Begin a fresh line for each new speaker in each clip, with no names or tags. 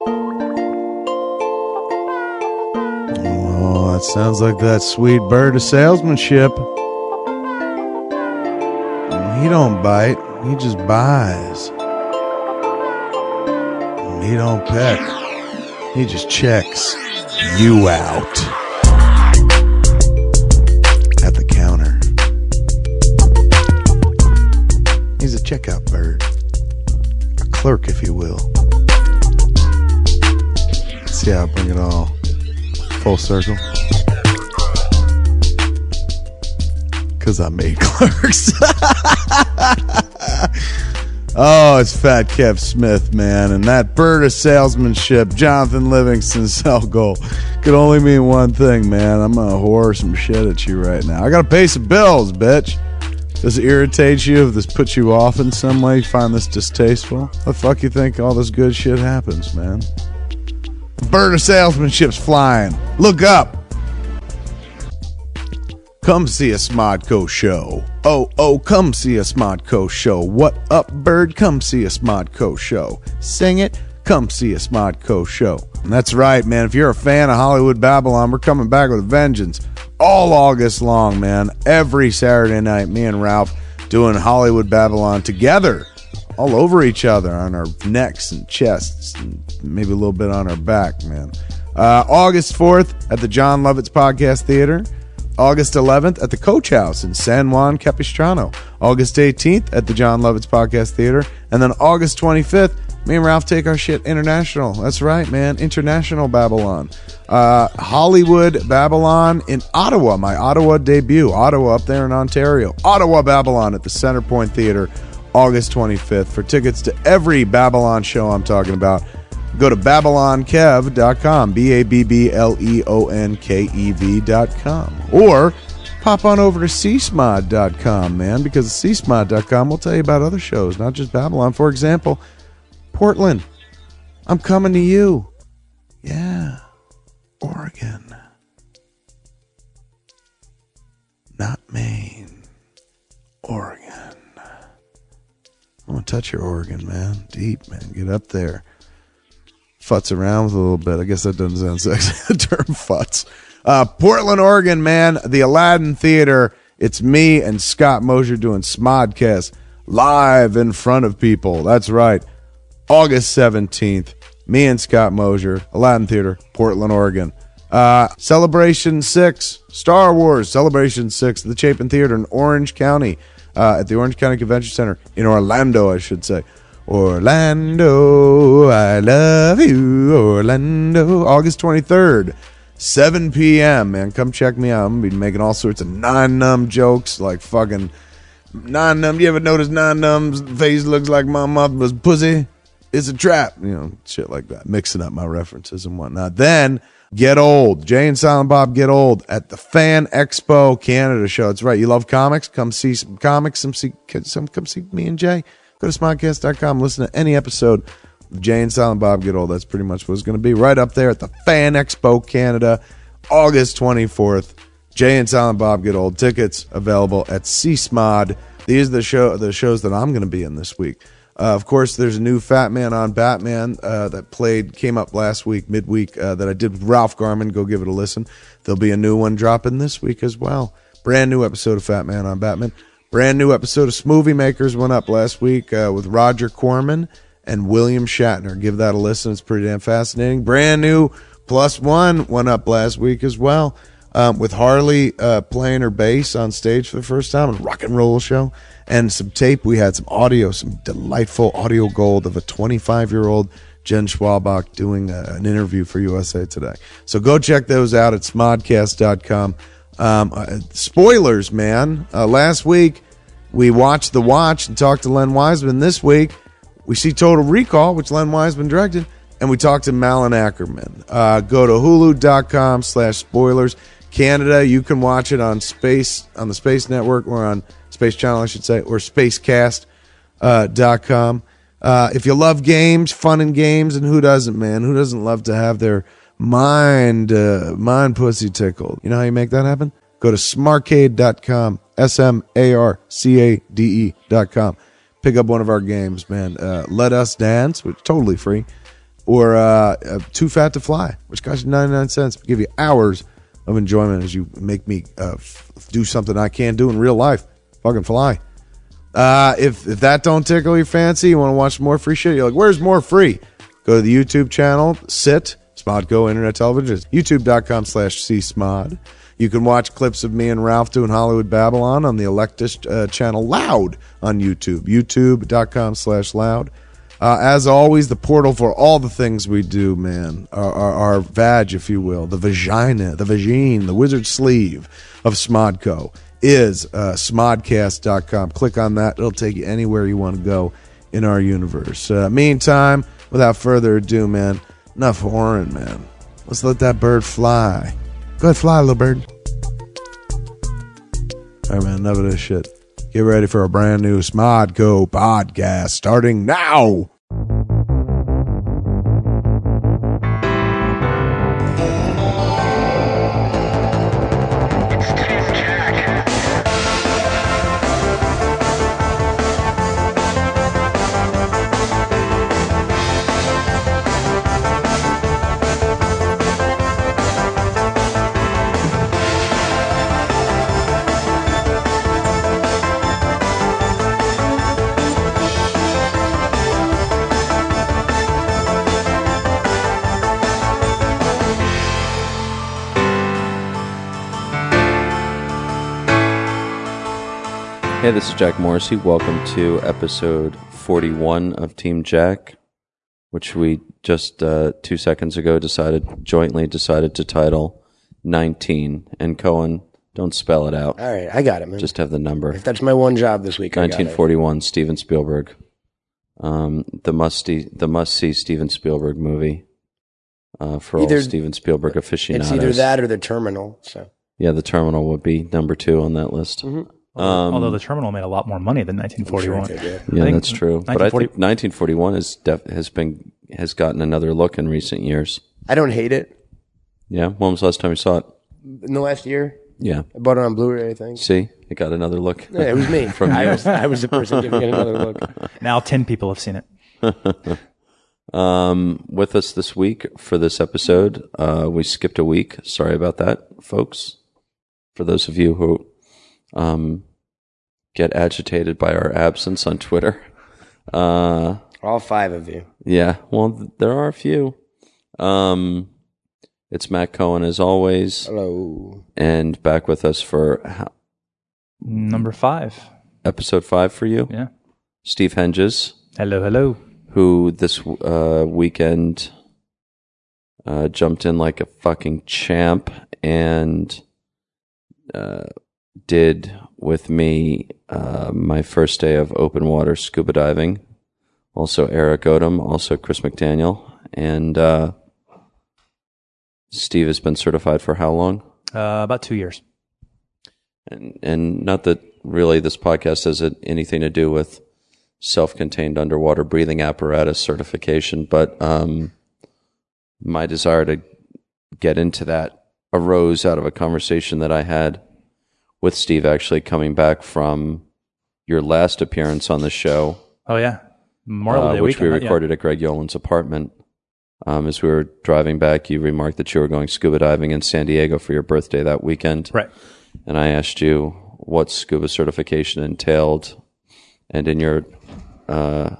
Oh, That sounds like that sweet bird of salesmanship. He don't bite, he just buys. He don't peck. He just checks you out at the counter. He's a checkout bird, a clerk, if you will. See how I bring it all full circle? Because I made clerks. Oh, it's Fat Kev Smith, man, and that bird of salesmanship, Jonathan Livingston's goal, could only mean one thing, man. I'm gonna whore some shit at you right now. I gotta pay some bills, bitch. Does it irritate you? If this puts you off in some way, you find this distasteful? The fuck you think all this good shit happens, man? The bird of salesmanship's flying. Look up. Come see a Smodco show. Oh, oh, come see a Smodco show. What up, bird? Come see a Smodco show. Sing it. Come see a Smodco show. And that's right, man. If you're a fan of Hollywood Babylon, we're coming back with a vengeance all August long, man. Every Saturday night, me and Ralph doing Hollywood Babylon together, all over each other on our necks and chests, and maybe a little bit on our back, man. Uh, August 4th at the John Lovitz Podcast Theater. August 11th at the Coach House in San Juan Capistrano. August 18th at the John Lovitz Podcast Theater. And then August 25th, me and Ralph take our shit international. That's right, man. International Babylon. Uh, Hollywood Babylon in Ottawa, my Ottawa debut. Ottawa up there in Ontario. Ottawa Babylon at the Centerpoint Theater, August 25th. For tickets to every Babylon show I'm talking about, Go to BabylonKev.com, B A B B L E O N K E V.com. Or pop on over to CSmod.com, man, because CSmod.com will tell you about other shows, not just Babylon. For example, Portland, I'm coming to you. Yeah, Oregon, not Maine, Oregon. I'm going to touch your Oregon, man. Deep, man. Get up there futz around with a little bit. I guess that doesn't sound sexy. the term futz. Uh, Portland, Oregon, man, the Aladdin Theater. It's me and Scott Mosier doing Smodcast live in front of people. That's right. August 17th, me and Scott Mosier, Aladdin Theater, Portland, Oregon. Uh, Celebration 6, Star Wars Celebration 6, at the Chapin Theater in Orange County, uh, at the Orange County Convention Center in Orlando, I should say. Orlando, I love you, Orlando. August 23rd, 7 p.m., man. Come check me out. I'm going to be making all sorts of non numb jokes, like fucking non numb. You ever notice non numb's face looks like my mother's pussy? It's a trap, you know, shit like that. Mixing up my references and whatnot. Then get old. Jay and Silent Bob get old at the Fan Expo Canada show. That's right. You love comics? Come see some comics. Some see some. Come see me and Jay. Go to smodcast.com. Listen to any episode. of Jay and Silent Bob get old. That's pretty much what it's going to be. Right up there at the Fan Expo Canada, August twenty fourth. Jay and Silent Bob Get Old tickets available at CSMOD. These are the show the shows that I'm going to be in this week. Uh, of course, there's a new Fat Man on Batman uh, that played came up last week midweek uh, that I did with Ralph Garman. Go give it a listen. There'll be a new one dropping this week as well. Brand new episode of Fat Man on Batman. Brand new episode of Smoothie Makers went up last week uh, with Roger Corman and William Shatner. Give that a listen. It's pretty damn fascinating. Brand new plus one went up last week as well um, with Harley uh, playing her bass on stage for the first time, a rock and roll show, and some tape. We had some audio, some delightful audio gold of a 25 year old Jen Schwabach doing uh an interview for USA Today. So go check those out at smodcast.com. Um, uh, spoilers, man. Uh, last week, we watched The Watch and talked to Len Wiseman. This week, we see Total Recall, which Len Wiseman directed, and we talked to Malin Ackerman. Uh, go to hulu.com slash spoilers. Canada, you can watch it on Space on the Space Network or on Space Channel, I should say, or Spacecast uh, dot com. Uh, if you love games, fun and games, and who doesn't, man? Who doesn't love to have their mind uh, mind pussy tickled? You know how you make that happen? Go to smarcade.com, S M A R C A D E.com. Pick up one of our games, man. Uh, Let Us Dance, which is totally free, or uh, uh, Too Fat to Fly, which costs you 99 cents, give you hours of enjoyment as you make me uh, f- do something I can't do in real life. Fucking fly. Uh, if if that don't tickle your fancy, you want to watch more free shit. You're like, where's more free? Go to the YouTube channel, sit Smodco Internet Television, It's YouTube.com/slash csmod. You can watch clips of me and Ralph doing Hollywood Babylon on the Electus uh, channel Loud on YouTube, YouTube.com/slash Loud. Uh, as always, the portal for all the things we do, man, our, our, our vag, if you will, the vagina, the vagine, the wizard sleeve of Smodco is uh, smodcast.com. Click on that, it'll take you anywhere you want to go in our universe. Uh, meantime, without further ado, man, enough whoring, man. Let's let that bird fly. Go ahead, fly, little bird. All right, man, enough of this shit. Get ready for a brand new Smodco podcast starting now.
Hey, this is Jack Morrissey. Welcome to episode 41 of Team Jack, which we just uh, two seconds ago decided jointly decided to title 19. And Cohen, don't spell it out.
All right, I got it, man.
Just have the number.
That's my one job this week. I got it.
1941, Steven Spielberg. Um, the musty, the must see Steven Spielberg movie uh, for
Either-
all Steven Spielberg aficionados.
It's either that or the terminal. So
Yeah, the terminal would be number two on that list. Um,
Although the terminal made a lot more money than 1941.
Yeah,
I think
that's true. But I
1940
think 1941 has def- has been has gotten another look in recent years.
I don't hate it.
Yeah, when was the last time you saw it?
In the last year,
Yeah,
I bought it on Blu-ray. I think
see, it got another look.
yeah, it was me.
From
I
you.
was I was the person giving it another look.
Now 10 people have seen it.
Um, with us this week for this episode, uh, we skipped a week. Sorry about that, folks. For those of you who um, get agitated by our absence on Twitter, uh,
All five of you.
Yeah, well, th- there are a few. Um, it's Matt Cohen as always,
Hello.
and back with us for ho-
Number five.
episode five for you,
Yeah.
Steve Henges,
Hello, hello.
who this w- uh, weekend uh, jumped in like a fucking champ and uh, did with me uh, my first day of open water scuba diving. Also Eric Odom, also Chris McDaniel, and uh, Steve has been certified for how long?
Uh, about two years.
and and not that really this podcast has a- anything to do with self-contained underwater breathing apparatus certification, but um, my desire to get into that arose out of a conversation that I had with Steve, actually coming back from your last appearance on the show,
Oh, yeah. Memorial
uh,
Day
which
weekend,
we
right? Yeah.
recorded at Greg Yolen's apartment. Um, as we were driving back, you remarked that you were going scuba diving in San Diego for your birthday that weekend
Right.
and I asked you what scuba certification entailed, and in your uh,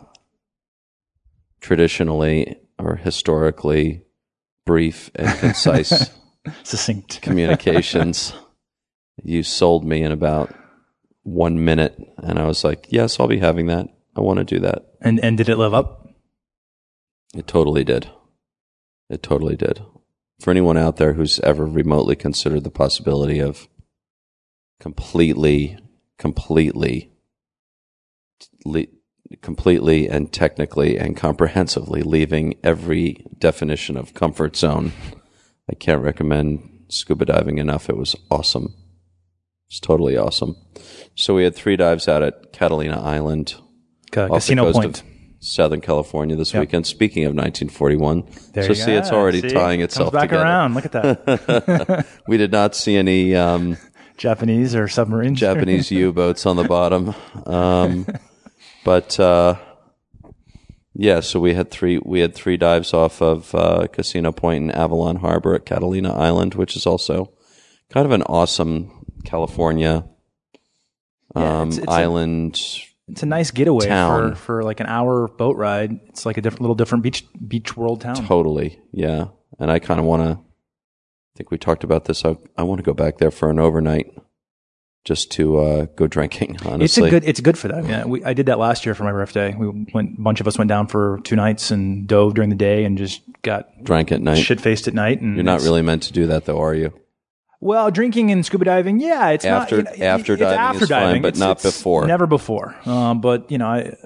traditionally or historically brief and concise
Succinct.
communications, you sold me in about one minute, and I was like, "Yes, I'll be having that. I want to do that."
And, and did it live up?
It totally did. It totally did. For anyone out there who's ever remotely considered the possibility of completely, completely, le- completely and technically and comprehensively leaving every definition of comfort zone, I can't recommend scuba diving enough. It was awesome. It's totally awesome. So we had three dives out at Catalina Island
Ca-
off the
Casino
coast
Point.
of Southern California this
Yeah.
weekend. Speaking of 1941,
There
so
you
see,
go.
it's already
See?
tying
Comes
itself
back
together.
around. Look at that.
We did not see any um,
Japanese or submarine.
Japanese U-boats on the bottom, um, but uh, yeah. So we had three we had three dives off of uh, Casino Point and Avalon Harbor at Catalina Island, which is also kind of an awesome California
Yeah,
um,
it's- it's a-
island.
It's a nice getaway
Town.
for, for like an hour boat ride. It's like a different little different beach beach world town.
totally, yeah. And I kind of want to. I think we talked about this. I I want to go back there for an overnight, just to uh, go drinking.
it's
Honestly,
a good it's good for that. Yeah, we, I did that last year for my birthday. We went a bunch of us went down for two nights and dove during the day and just got
drank at night.
shit faced at night. And
You're not
it's-
really meant to do that, though, are you?
Well, drinking and scuba diving, yeah, it's
After-
not, you know,
after
it's
diving
after
is fine,
diving,
but
it's-
not
it's
before.
Never before. Um, but you know, I,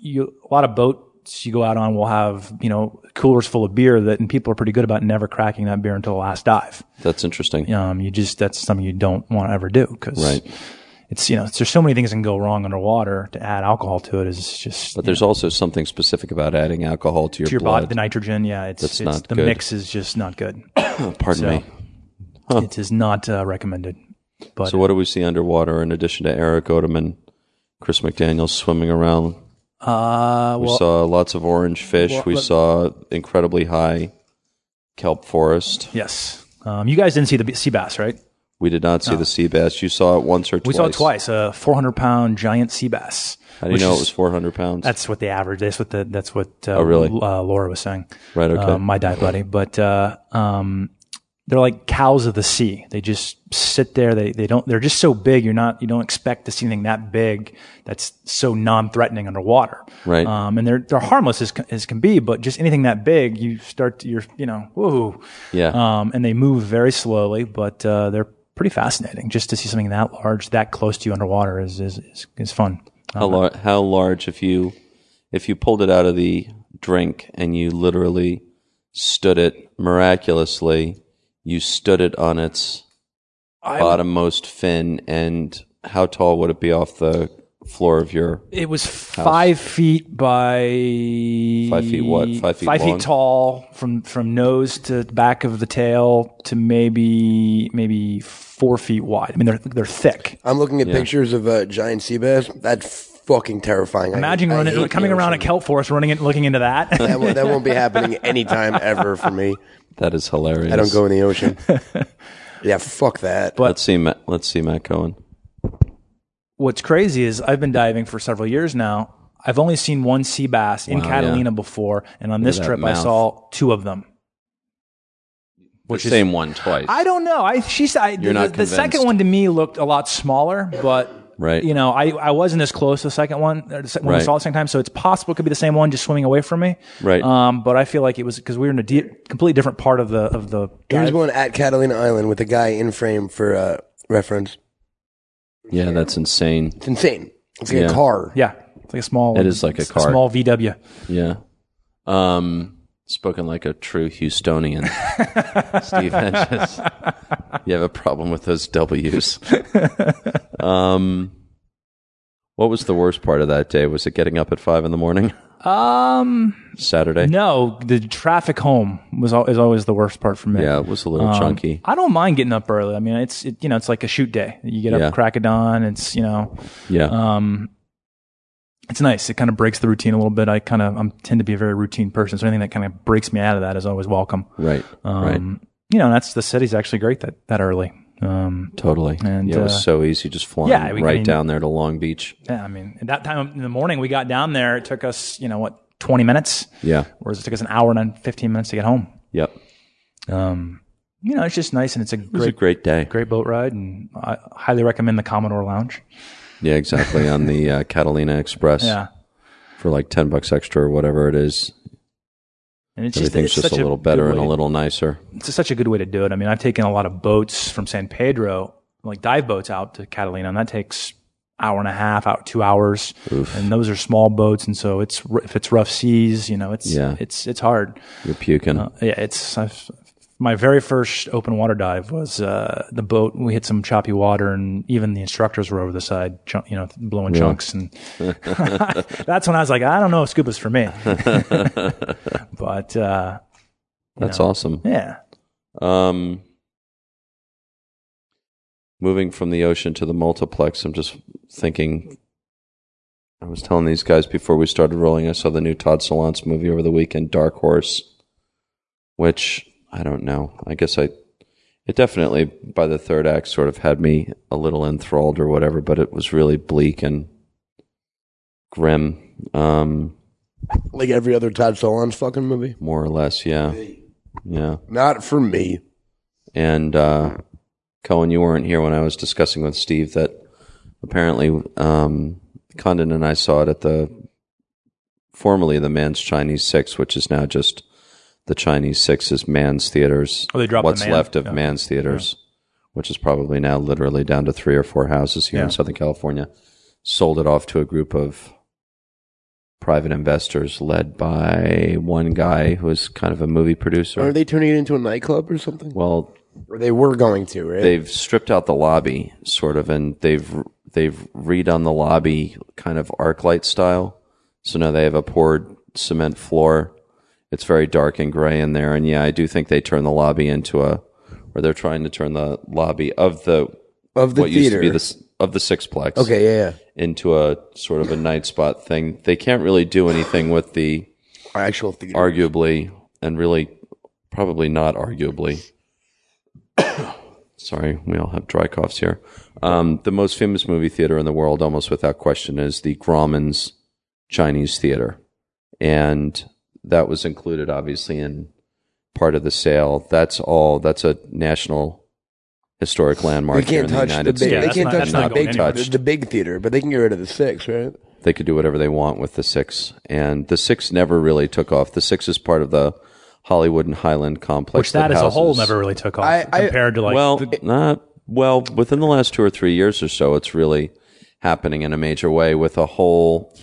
you a lot of boats you go out on will have you know coolers full of beer that, and people are pretty good about never cracking that beer until the last dive.
That's interesting.
Um, you just that's something you don't want to ever do because
Right.
it's you know there's so many things that can go wrong underwater. To add alcohol to it is just
But there's also something specific about adding alcohol to your,
to your
blood.
body the nitrogen. Yeah, it's, it's
not
the
good.
mix is just not good.
Pardon
So-
me.
It is not uh, recommended. But
So what do we see underwater in addition to Eric Odom and Chris McDaniel swimming around?
uh,
We
well,
saw lots of orange fish. we saw incredibly high kelp forest.
Yes. Um, you guys didn't see the b- sea bass, right?
We did not see the sea bass. You saw it once or twice.
We saw it twice. A 400 pound giant sea bass.
How do you
which
know
is-
it was 400 pounds?
That's what the average. That's what the. That's what. Uh,
Oh, really?
Uh, Laura was saying.
Right, okay.
Um, my dive buddy, but uh, um, they're like cows of the sea. They just sit there. They they don't. They're just so big. You're not. You don't expect to see anything that big. That's so non-threatening underwater.
Right.
Um, and they're they're harmless as c- as can be, but just anything that big, you start. To, you're you know whoa.
Yeah.
Um, and they move very slowly, but uh, they're pretty fascinating. Just to see something that large, that close to you underwater is is is, is fun.
how, lar- how large if you if you pulled it out of the drink and you literally stood it miraculously, you stood it on its bottommost fin, and how tall would it be off the floor of your?
It was five feet by
Five feet what? Five feet long?
tall from from nose to back of the tail to maybe maybe four feet wide. I mean, they're they're thick.
I'm looking at pictures of uh, giant sea bass. That's fucking terrifying. I-
Imagine
I
running
hate
coming
the
around a
ocean.
kelp forest, running it, looking into that.
That, won't- that won't be happening anytime ever for me.
That is hilarious.
I don't go in the ocean. yeah, fuck that.
But-
Let's see. Matt, let's see Matt Cohen.
What's crazy is I've been diving for several years now. I've only seen one sea bass in Catalina before, and on this
at that
trip I
mouth.
saw two of them.
Which same one twice.
I don't know. I she said I, the,
not
the second
convinced.
one to me looked a lot smaller, but
Right.
You know, I, I wasn't as close to the second one or the se- when
Right.
we saw it the second time, so it's possible it could be the same one just swimming away from me.
Right.
Um, but I feel like it was because we were in a de- completely different part of the of the.
Here's
dive.
one at Catalina Island with a guy in frame for uh, reference.
yeah, that's insane.
It's insane. It's like
Yeah.
a car.
Yeah, it's like a small.
It is like a
s-
car.
small VW.
Yeah. Um, spoken like a true Houstonian. Steve Hedges. You have a problem with those W's. Um, what was the worst part of that day? Was it getting up at five in the morning
Um,
Saturday?
no, the traffic home was al- is always the worst part for me.
Yeah, it was a little
Um,
chunky.
I don't mind getting up early. I mean, it's it, you know, it's like a shoot day. You get
Yeah.
up crack of dawn. It's you know,
Yeah.
um, it's nice. It kind of breaks the routine a little bit. I kind of I tend to be a very routine person, so anything that kind of breaks me out of that is always welcome.
right.
Um,
right.
You know, that's the city's actually great that that early. Um,
Totally.
and,
yeah, it was
uh,
so easy just flying
yeah, we- I
right
mean-
down there to Long Beach.
yeah, I mean, at that time in the morning we got down there. It took us you know what twenty minutes,
Yeah.
whereas it took us an hour and then fifteen minutes to get home.
Yep.
Um, you know, it's just nice and it's a
It was
great
a great day.
great boat ride, and I highly recommend the Commodore Lounge.
Yeah, exactly. On the uh, Catalina Express
Yeah.
for like 10 bucks extra or whatever it is.
And it's
Everything's
it's
just,
such
a little
good
better and a
way-
little nicer.
it's such a good way to do it. I mean, I've taken a lot of boats from San Pedro, like dive boats out to Catalina, and that takes hour and a half, out two hours, and those are small boats, and so it's r- if it's rough seas, you know, it's
Yeah.
it's it's hard.
You're puking.
Yeah, it's I've, my very first open water dive was uh, the boat. We hit some choppy water, and even the instructors were over the side, chunk, you know, blowing chunks, and that's when I was like, I don't know if scuba's for me, but uh,
That's awesome.
yeah.
Um, moving from the ocean to the multiplex, I'm just thinking. I was telling these guys before we started rolling, I saw the new Todd Solondz movie over the weekend, Dark Horse, which I don't know. I guess I it definitely by the third act sort of had me a little enthralled or whatever, but it was really bleak and grim, um,
Like every other Todd Solondz fucking movie.
more or less. Yeah, yeah.
Not for me.
And uh, Cohen, you weren't here when I was discussing with Steve that apparently um, Condon and I saw it at the formerly the Man's Chinese Six, which is now just the Chinese Six is Man's Theaters.
Oh, they dropped the
what's
Man.
left of
Yeah.
Man's Theaters, which is probably now literally down to three or four houses here in
Yeah.
Southern California. Sold it off to a group of private investors led by one guy who is kind of a movie
Are
producer.
they turning it into a nightclub or something?
well,
Or they were going to, right?
they've stripped out the lobby sort of and they've they've redone the lobby kind of arc light style so now they have a poured cement floor it's very dark and gray in there and yeah i do think they turn the lobby into a or they're trying to turn the lobby of the
of the
what used to
theater.
be the s- of the sixplex
okay, yeah, yeah.
into a sort of a night spot thing they can't really do anything with the
Our actual theater.
arguably and really probably not arguably sorry we all have dry coughs here um, the most famous movie theater in the world almost without question is the grauman's chinese theater and that was included obviously in part of the sale that's all that's a national historic landmark
they
here
can't
in the
touch the
united
big.
states
Yeah,
they
that's
can't
not-
touch
that's
the
not
big,
going anywhere.
the, the big theater, but they can get rid of the six, right?
they could do whatever they want with the six. And the six never really took off. The six is part of the Hollywood and Highland complex.
which that as a
houses-
whole never really took off
I- I-
compared to like
well,
the-
not well. Within the last two or three years or so, it's really happening in a major way with a whole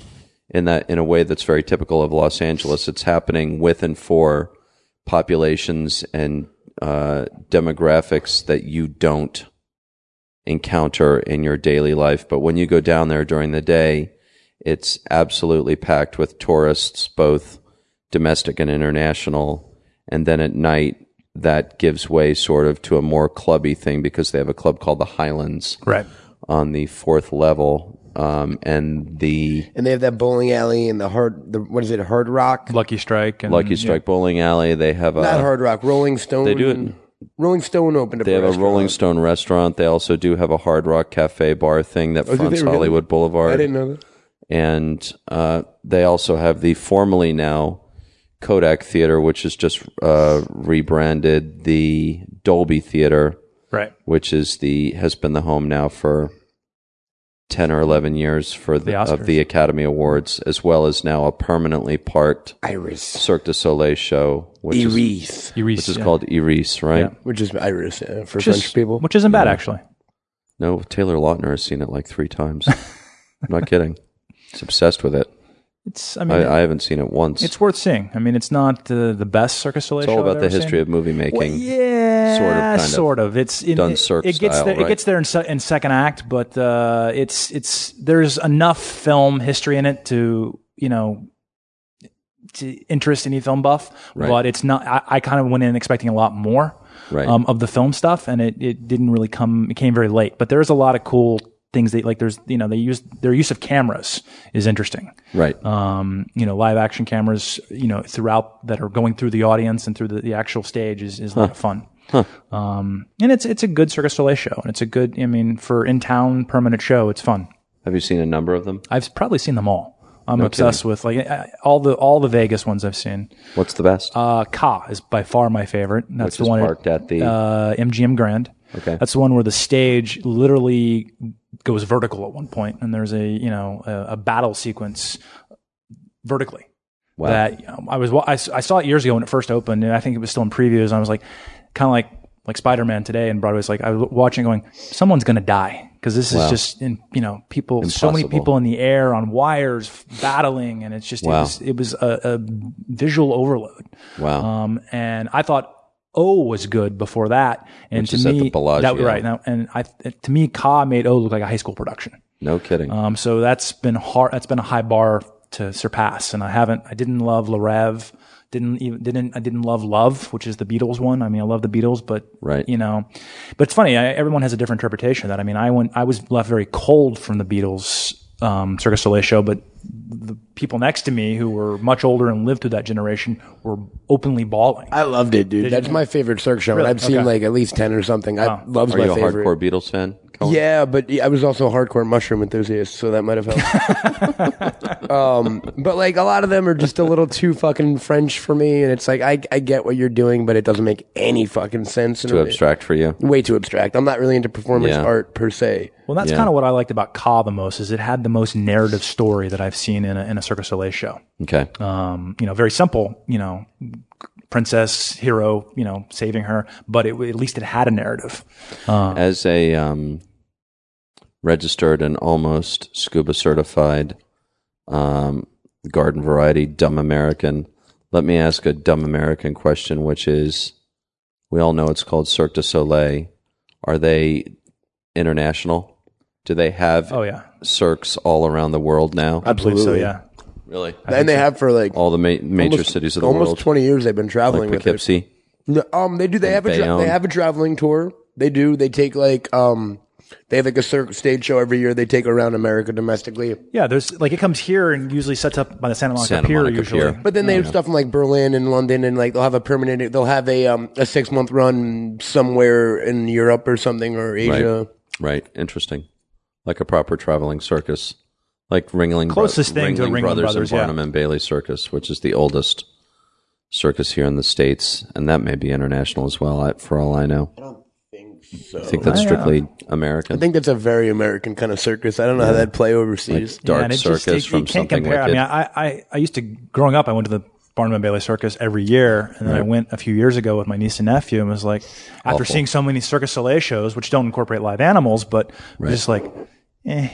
in that in a way that's very typical of Los Angeles. It's happening with and for populations and uh, demographics that you don't encounter in your daily life. But when you go down there during the day, it's absolutely packed with tourists, both domestic and international. And then at night, that gives way sort of to a more clubby thing because they have a club called the Highlands
right.
on the fourth level. Um, and the
And they have that bowling alley and the hard, the, what is it, Hard Rock?
Lucky Strike and
Lucky Strike Bowling Alley, they have a.
Mm, Not Hard Rock, Rolling Stone.
uh, They do it.
Rolling Stone opened up.
They have a
restaurant.
Rolling Stone restaurant. They also do have a Hard Rock Cafe bar thing that
Oh, do they
fronts
really?
Hollywood Boulevard.
I didn't know that.
and uh, they also have the formerly now Kodak Theater, which is just uh, rebranded the Dolby Theater,
Right.
which is the has been the home now for ten or eleven years for the,
The
of the Academy Awards, as well as now a permanently parked
Iris.
Cirque du Soleil show, which is
Iris.
Eris,
which is
yeah.
called Iris, right?
Yeah.
Which is Iris yeah, for
Which
French
is-
people.
which isn't bad actually.
No, Taylor Lautner has seen it like three times. I'm not kidding. He's obsessed with it.
It's I mean
I, I haven't seen it once.
it's worth seeing. I mean, it's not uh, the best Circus Soleil
It's all
show
about
I've
the
ever
history
seen.
of movie making.
Well, yeah,
Sort
sort
of,
of,
kind of.
It's in,
Done
it,
Cirque
it gets
style,
there.
right?
It gets there in, se- in second act, but uh, it's it's there's enough film history in it to you know to interest any film buff.
Right.
But it's not. I, I kind of went in expecting a lot more
Right.
um, of the film stuff, and it, it didn't really come. It came very late, but there's a lot of cool things that like there's you know they use their use of cameras is interesting
right.
um, you know, live action cameras, you know, throughout that are going through the audience and through the, the actual stage is, is a lot of fun. Um, and it's, it's a good Circus Soleil show and it's a good, I mean, for in town permanent show, it's fun.
Have you seen a number of them?
I've probably seen them all. I'm obsessed with like I- I- all the, all the Vegas ones I've seen.
What's the best?
Uh, Ka is by far my favorite. That's
Which
the
is
one
parked at the.
uh, MGM Grand.
Okay.
That's the one where the stage literally goes vertical at one point, and there's a you know a, a battle sequence vertically.
Wow.
That um, I was wa- I, s- I saw it years ago when it first opened, and I think it was still in previews. And I was like, kind of like like Spider Man today in Broadway. It's like I was watching, going, someone's gonna die because this is just in you know people, so many
Impossible.
people in the air on wires f- battling, and it's just
Wow.
it was it was a, a visual overload.
wow.
Um, and I thought O was good before that, and to
is at
me,
the Bellagio.
that- right now, and I to me, Ka made O look like a high school production.
no kidding.
Um, so that's been hard. That's been a high bar to surpass, and I haven't. I didn't love La Rev. Didn't even didn't I didn't love Love, which is the Beatles one. I mean, I love the Beatles, but
Right.
you know, but it's funny. I, everyone has a different interpretation of that. I mean, I went. I was left very cold from the Beatles um, Circus Soleil show, but the people next to me who were much older and lived through that generation were openly bawling.
I loved it, dude. That's my favorite Cirque show. and I've seen
Okay.
like at least ten or something. I loves
Are
my
you a
favorite.
hardcore Beatles fan? Colin?
Yeah, but I was also a hardcore mushroom enthusiast, so that might have helped. um, but like a lot of them are just a little too fucking French for me, and it's like I, I get what you're doing, but it doesn't make any fucking sense.
Too abstract for you.
Way too abstract. I'm not really into performance
Yeah.
art per se.
Well, that's
Yeah.
kind of what I liked about Ka the most is it had the most narrative story that I've seen in a, in a Circus Soleil show.
Okay.
Um, you know, very simple, you know, princess, hero, you know, saving her, but it, at least it had a narrative. Uh,
As a um, registered and almost scuba certified um, garden variety dumb American, let me ask a dumb American question, which is we all know it's called Cirque du Soleil. Are they international? Do they have
Oh yeah.
cirques all around the world now?
I believe so. Yeah.
really?
and they have for like
All the ma- major
almost-
cities of the
almost
world,
20 years they've been traveling
like
with it.
Poughkeepsie.
No, um, they do. They have a tra-
Bayonne.
they have a traveling tour. They do. They take like um, they have like a circ- stage show every year. They take around America domestically,
Yeah. There's like, it comes here and usually sets up by the Santa Monica
Santa
Pier
Monica
usually.
Pier.
but then they have stuff in like Berlin and London, and like they'll have a permanent. They'll have a um, a six month run somewhere in Europe or something or Asia.
Right. Interesting. Like a proper traveling circus, like Ringling Bro-
Closest thing to Ringling
Brothers,
Brothers,
and
yeah.
Barnum and Bailey Circus, which is the oldest circus here in the states, and that may be international as well. I- For all I know, I don't think so. I think
uh,
that's strictly American.
I think that's a very American kind of circus. I don't know how that play overseas.
Dark
and it
circus
just- it-
from
you can't
something
compare.
wicked.
I mean, I, I, I used to growing up. I went to the Barnum and Bailey Circus every year, and then I went a few years ago with my niece and nephew, and was like, after seeing so many Circus Soleil shows, which don't incorporate live animals, but just like, eh,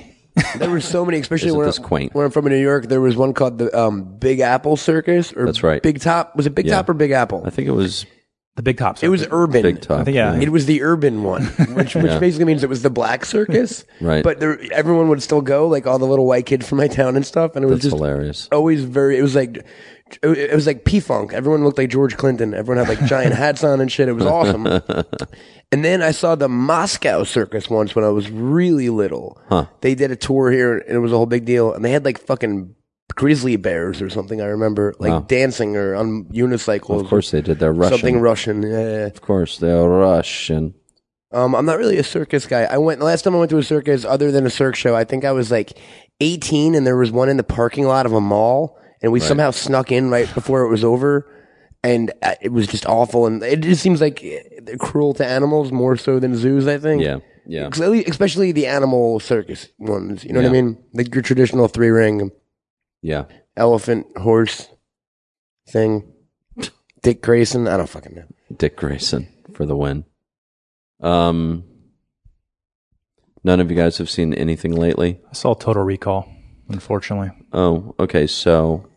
There were so many, especially
Isn't
when,
this quaint?
when I'm from New York. There was one called the um, Big Apple Circus. Or
That's right.
Big Top was it Big Top or Big Apple?
I think it was
the big top.
it was urban.
Big Top.
I think, yeah.
It was the urban one, which, which basically means it was the black circus.
Right.
But there, everyone would still go, like all the little white kids from my town and stuff. And it was
That's
just
hilarious.
always very, it was like, it was like P Funk. Everyone looked like George Clinton. Everyone had like giant hats on and shit. It was awesome. and then I saw the Moscow circus once when I was really little. They did a tour here and it was a whole big deal. And they had like fucking grizzly bears or something, I remember, like dancing or on unicycles.
Of course, they did. They're Russian.
Something Russian, yeah.
of course, they're Russian.
Um, I'm not really a circus guy. I went last time I went to a circus, other than a circ show. I think I was like 18, and there was one in the parking lot of a mall, and we somehow snuck in right before it was over, and uh, it was just awful. And it just seems like they're cruel to animals more so than zoos. I think.
Yeah, yeah.
Clearly- Especially the animal circus ones. You know what I
Yeah.
mean? Like your traditional three ring
Yeah,
elephant horse thing. Dick Grayson. I don't fucking know.
Dick Grayson for the win. Um, none of you guys have seen anything lately.
I saw Total Recall, unfortunately.
Oh, okay. So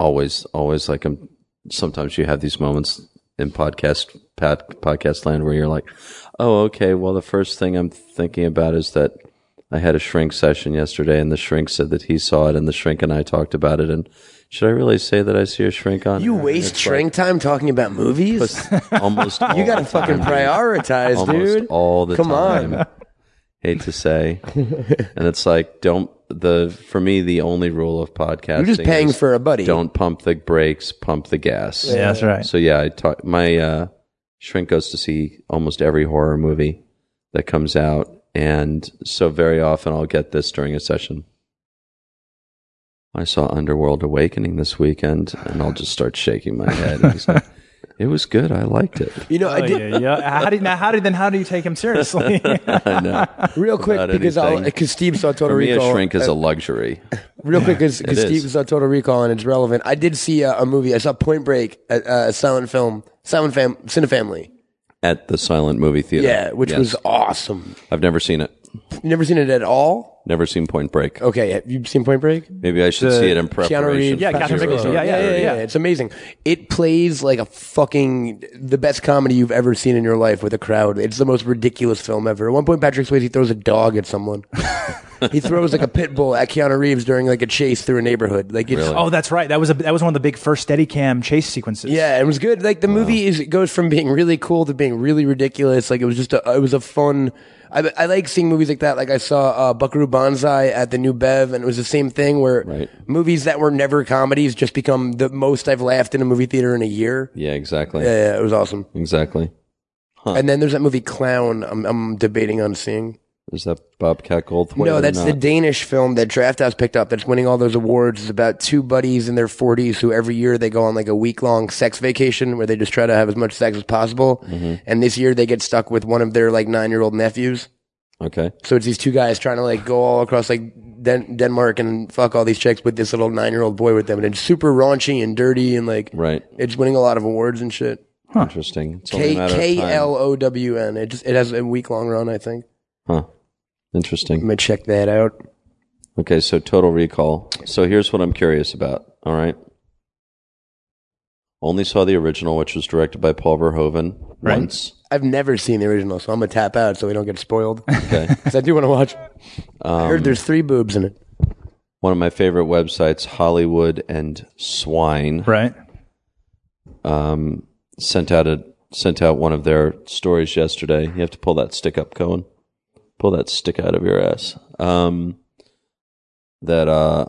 always, always like I'm. Sometimes you have these moments in podcast pod, podcast land where you're like, "Oh, okay. Well, the first thing I'm thinking about is that I had a shrink session yesterday, and the shrink said that he saw it, and the shrink and I talked about it. And should I really say that I see a shrink on?
You
air?
waste
It's
string time talking about movies.
like almost.
You gotta fucking prioritize,
almost
dude.
all the
Come
time.
on.
Hate to say, and it's like don't the for me the only rule of podcasting.
You're just paying
is
for a buddy.
Don't pump the brakes, pump the gas.
Yeah, that's right.
So yeah, I talk. My uh, shrink goes to see almost every horror movie that comes out, and so very often I'll get this during a session. I saw Underworld Awakening this weekend, and I'll just start shaking my head. And he's like, it was good. I liked it.
You know, uh, I
Oh,
did
yeah, yeah. How did now? How did then? How do you take him seriously?
I know.
real quick
About
because I'll,
anything.
because Steve saw Total
For me, a
Recall.
shrink is
uh,
a luxury.
real quick because Steve
is.
saw Total Recall and it's relevant. I did see uh, a movie. I saw Point Break, a uh, silent film, silent fam, Cine Family.
At the silent movie theater.
Yeah, which
Yes.
was awesome.
I've never seen it.
You never seen it at all?
Never seen Point Break.
Okay, have you seen Point Break?
Maybe I should
The-
see it in
Oh, Keanu
preparation.
Reeves,
Yeah,
for
Catherine
Heroes
Bigelow.
on
Yeah, yeah,
Thirty.
yeah, yeah.
It's amazing. It plays like a fucking the best comedy you've ever seen in your life with a crowd. It's the most ridiculous film ever. At one point, Patrick Swayze throws a dog at someone. he throws like a pit bull at Keanu Reeves during like a chase through a neighborhood. Like it's
Oh, that's right. That was a, that was one of the big first Steadicam chase sequences.
Yeah, it was good. Like the movie is it goes from being really cool to being really ridiculous. Like it was just a it was a fun. I, I like seeing movies like that. Like I saw uh, Buckaroo Banzai at the New Bev, and it was the same thing where
Right.
movies that were never comedies just become the most I've laughed in a movie theater in a year.
Yeah, exactly.
Yeah, yeah, it was awesome.
Exactly.
And then there's that movie Clown. I'm, I'm debating on seeing.
Is that Bobcat Goldthwait?
no,
or
that's the
not?
Danish film that Draft House picked up. That's winning all those awards. It's about two buddies in their 40s who every year they go on like a week long sex vacation where they just try to have as much sex as possible.
Mm-hmm.
And this year they get stuck with one of their like nine year old nephews.
okay.
So it's these two guys trying to like go all across like Den- Denmark and fuck all these chicks with this little nine year old boy with them. And it's super raunchy and dirty and like
Right.
it's winning a lot of awards and shit.
Interesting. It's only
K
a matter of time.
K L O W N. It just it has a week long run, I think.
Huh.
I'm
Interesting.
gonna check that out.
Okay, so Total Recall. So here's what I'm curious about. All right. Only saw the original, which was directed by Paul Verhoeven
Right.
once.
I've never seen the original, so I'm gonna tap out so we don't get spoiled.
Okay.
Because I do want to watch. I heard
Um,
there's three boobs in it.
one of my favorite websites, Hollywood and Swine,
Right.
um, sent out a sent out one of their stories yesterday. You have to pull that stick up, Cohen. Pull that stick out of your ass. Um, that uh,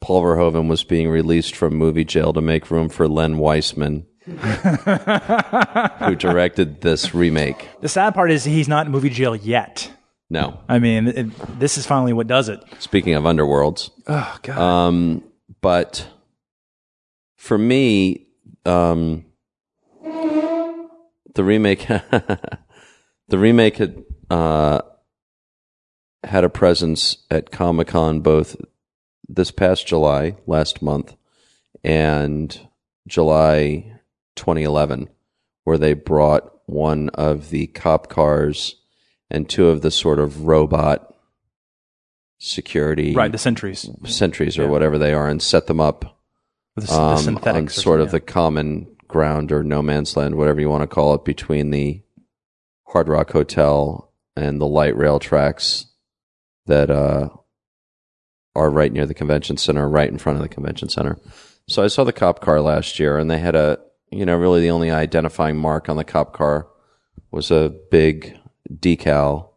Paul Verhoeven was being released from movie jail to make room for Len Weissman, who directed this remake.
The sad part is he's not in movie jail yet.
No,
I mean, it, this is finally what does it.
speaking of underworlds,
Oh God.
Um, but for me, um, the remake, the remake had uh, had a presence at Comic Con both this past July, last month, and July 2011, where they brought one of the cop cars and two of the sort of robot security
right. The sentries.
sentries or whatever they are and set them up
The, the
um, on
synthetics. or
sort of the
something,
common ground or no man's land, whatever you want to call it, between the Hard Rock Hotel and the light rail tracks that uh, are right near the convention center, right in front of the convention center. So I saw the cop car last year, and they had a, you know, really the only identifying mark on the cop car was a big decal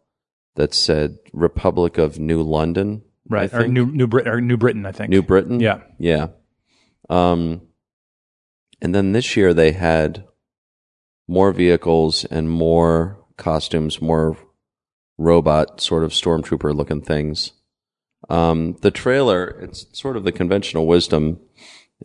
that said Republic of New London. I
Right. Or
think.
New New Britain. Or New Britain. I think.
New Britain.
Yeah.
yeah. Um, and then this year they had more vehicles and more costumes, more robot sort of stormtrooper looking things. Um, the trailer, it's sort of the conventional wisdom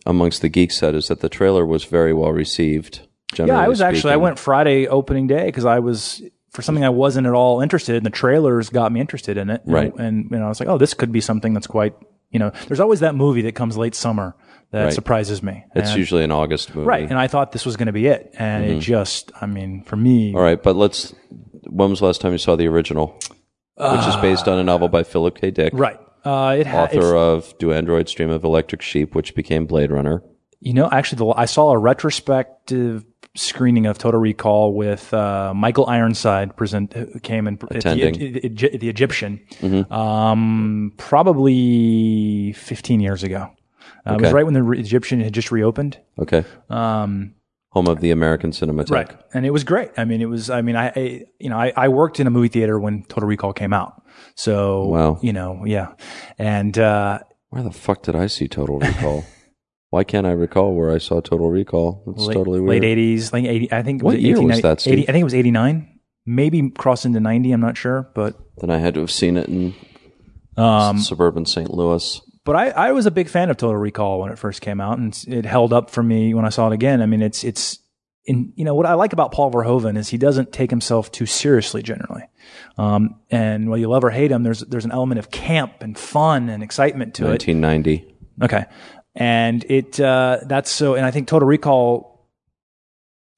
amongst the geek set is that the trailer was very well received. Generally
yeah, I was actually I
speaking.
went Friday opening day because I was for something I wasn't at all interested in. The trailers got me interested in it,
Right.
And, and you know, I was like, oh, this could be something that's quite you know. There's always that movie that comes late summer that
Right.
surprises me.
It's
And-
usually an August movie,
right, and I thought this was going to be it, and it just I mean for me,
Mm-hmm. All right, but let's. When was the last time you saw the original, which is based on a novel by Philip K. Dick?
Uh, right. Uh, it ha- it's-
author of Do Androids Dream of Electric Sheep, which became Blade Runner.
You know, actually, the, I saw a retrospective screening of Total Recall with uh, Michael Ironside present who came and at the,
Attending. Mm-hmm.
at the- at the Egyptian, um, probably 15 years ago. Uh, It was
Okay.
right when the re- Egyptian had just reopened.
Okay. Um, Home of the American Cinematheque.
And it was great. I mean, it was, I mean, I, I you know, I, I worked in a movie theater when Total Recall came out. So,
Wow.
you know, yeah. And, uh,
Where the fuck did I see Total Recall? Why can't I recall where I saw Total Recall? It's
late,
totally weird.
late 80s, like 80, I think,
What
it
year was
1890
that, Steve?
80 I think it was 89, maybe crossed into 90. I'm not sure, but,
Then I had to have seen it in
Um,
suburban St. Louis.
but I, I was a big fan of Total Recall when it first came out and it's- it held up for me when I saw it again. I mean, it's, it's, in, you know, what I like about Paul Verhoeven is he doesn't take himself too seriously generally. Um, and while you love or hate him, there's, there's an element of camp and fun and excitement to it.
1990.
Okay. And it, uh, that's so, and I think Total Recall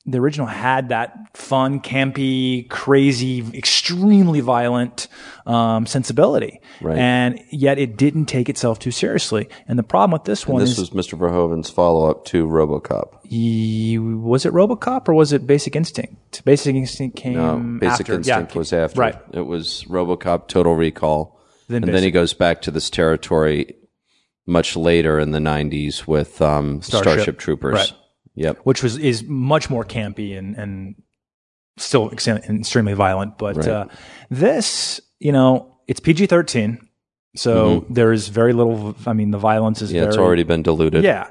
the original had that fun, campy, crazy, extremely violent um, sensibility,
Right.
and yet it didn't take itself too seriously. And the problem with this one
This was
is,
Mr. Verhoeven's follow up to RoboCop.
he- was it RoboCop or was it Basic Instinct? Basic Instinct came
No, Basic
Um, after.
Instinct
yeah,
was after.
Right.
It was RoboCop, Total Recall,
Then
and then he goes back to this territory much later in the '90s with um, Starship.
Starship.
Troopers.
Right.
Yep.
which was is much more campy and and still ex- extremely violent. But uh, this, you know, it's PG thirteen, so there is very little. I mean, the violence is
Mm-hmm. Yeah,
very,
it's already been diluted.
yeah.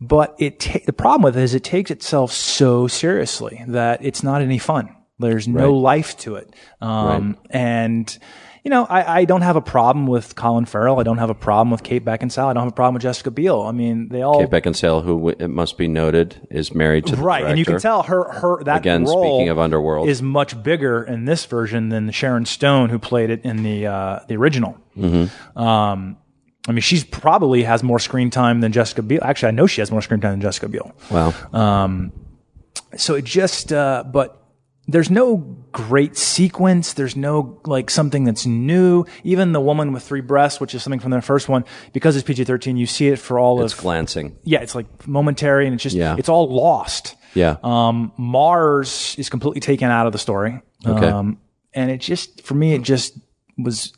But it ta- the problem with it is it takes itself so seriously that it's not any fun. There's no life to it. Um, And, you know, I, I don't have a problem with Colin Farrell. I don't have a problem with Kate Beckinsale. I don't have a problem with Jessica Biel. I mean, they all
Kate Beckinsale, who w- it must be noted, is married to the
right, and you can
director.
tell her her that
Again,
role
speaking of Underworld.
is much bigger in this version than Sharon Stone who played it in the uh, the original.
Mm-hmm.
Um, I mean, she's probably has more screen time than Jessica Biel. Actually, I know she has more screen time than Jessica Biel.
Wow.
Uh, So it just, uh, but there's no great sequence. There's no like something that's new. Even the woman with three breasts, which is something from the first one, because it's PG-13, you see it for all
it's
of
glancing.
yeah, it's like momentary, and it's just
Yeah.
it's all lost.
Yeah.
Um, Mars is completely taken out of the story.
Okay.
Um, and it just, for me, it just was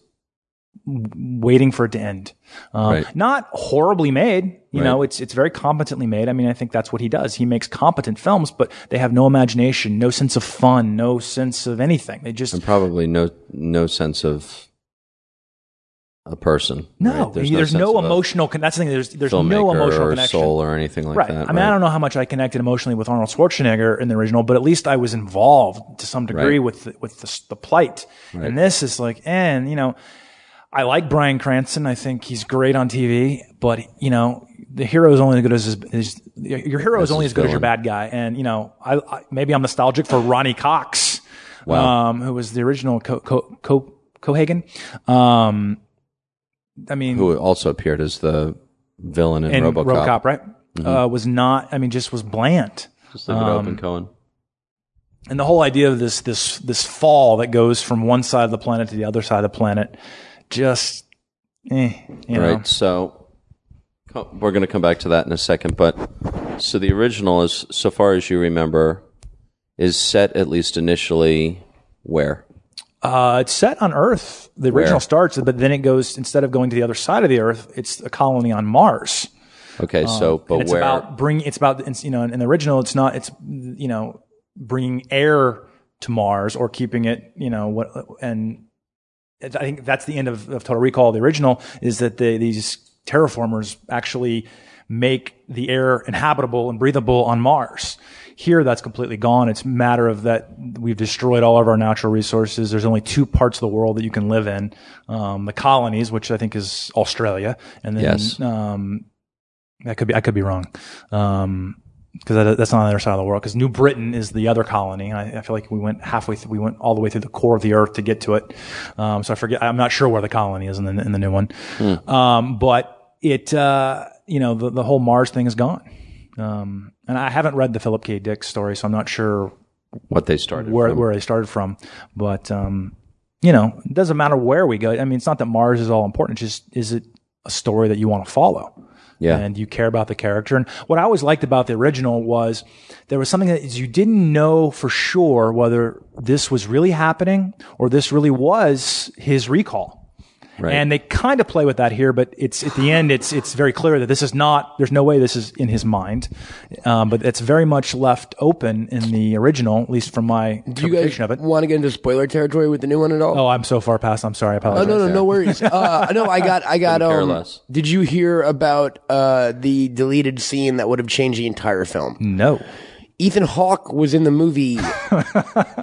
w- waiting for it to end. Um,
Right.
Not horribly made. You know,
Right.
it's, it's very competently made. I mean, I think that's what he does. He makes competent films, but they have no imagination, no sense of fun, no sense of anything. They just,
Probably no no sense of a person.
no,
right?
there's, no,
sense of a
emotional, con- that's the thing. There's, there's no
filmmaker
emotional
or
connection.
soul or anything like
right.
that.
I mean,
right?
I don't know how much I connected emotionally with Arnold Schwarzenegger in the original, but at least I was involved to some degree
Right.
with the, with the, s- the plight. And this is like, and you know, I like Brian Cranston. I think he's great on TV, but you know, the hero is only as good as his, his your hero is only as good as your bad guy. And you know, I, I maybe I'm nostalgic for Ronnie Cox,
Wow.
um, who was the original Co Co Co Cohagen. Um, I mean,
Who also appeared as the villain in
and
RoboCop. Mm-hmm.
RoboCop, right? Uh, was not. I mean, just was bland.
Just leave it
um,
open, Cohen.
and the whole idea of this this this fall that goes from one side of the planet to the other side of the planet just eh, you know.
Right. So co- we're going to come back to that in a second. But so the original is, so far as you remember, is set at least initially where?
uh, it's set on earth the original
Where?
starts but then it goes instead of going to the other side of the earth it's a colony on mars
Okay. so, but
and Uh, it's
where?
about bring it's about it's, you know in, in the original it's not it's you know bringing air to mars or keeping it you know what and it- i think that's the end of, of total recall the original is that they, these terraformers actually make the air inhabitable and breathable on mars here that's completely gone it's a matter of that we've destroyed all of our natural resources there's only two parts of the world that you can live in um, the colonies which i think is australia and then
Yes.
um, I could be I could be wrong, Um, because that, that's not on the other side of the world. Because New Britain is the other colony. I, I feel like we went halfway. Th- we went all the way through the core of the earth to get to it. Um, so I forget. I'm not sure where the colony is in the, in the new one. Um, but it, uh, you know, the, the whole Mars thing is gone. Um, and I haven't read the Philip K. Dick story, so I'm not sure
what they started
where
from.
where they started from. But um, you know, it doesn't matter where we go. I mean, it's not that Mars is all important. It's just is it a story that you want to follow?
Yeah.
and you care about the character. And what I always liked about the original was there was something that you didn't know for sure whether this was really happening or this really was his recall.
Right.
And they kind of play with that here, but it's at the end, it's it's very clear that this is not. There's no way this is in his mind, um, but it's very much left open in the original, at least from my
Do you guys
interpretation of it.
want to get into spoiler territory with the new one at all?
Oh, I'm so far past. I'm sorry. I
Oh,
apologize.
no, no, no worries. Uh, no, I got, I got.
Couldn't care
Um,
less.
did you hear about uh, the deleted scene that would have changed the entire film?
no.
Ethan Hawke was in the movie.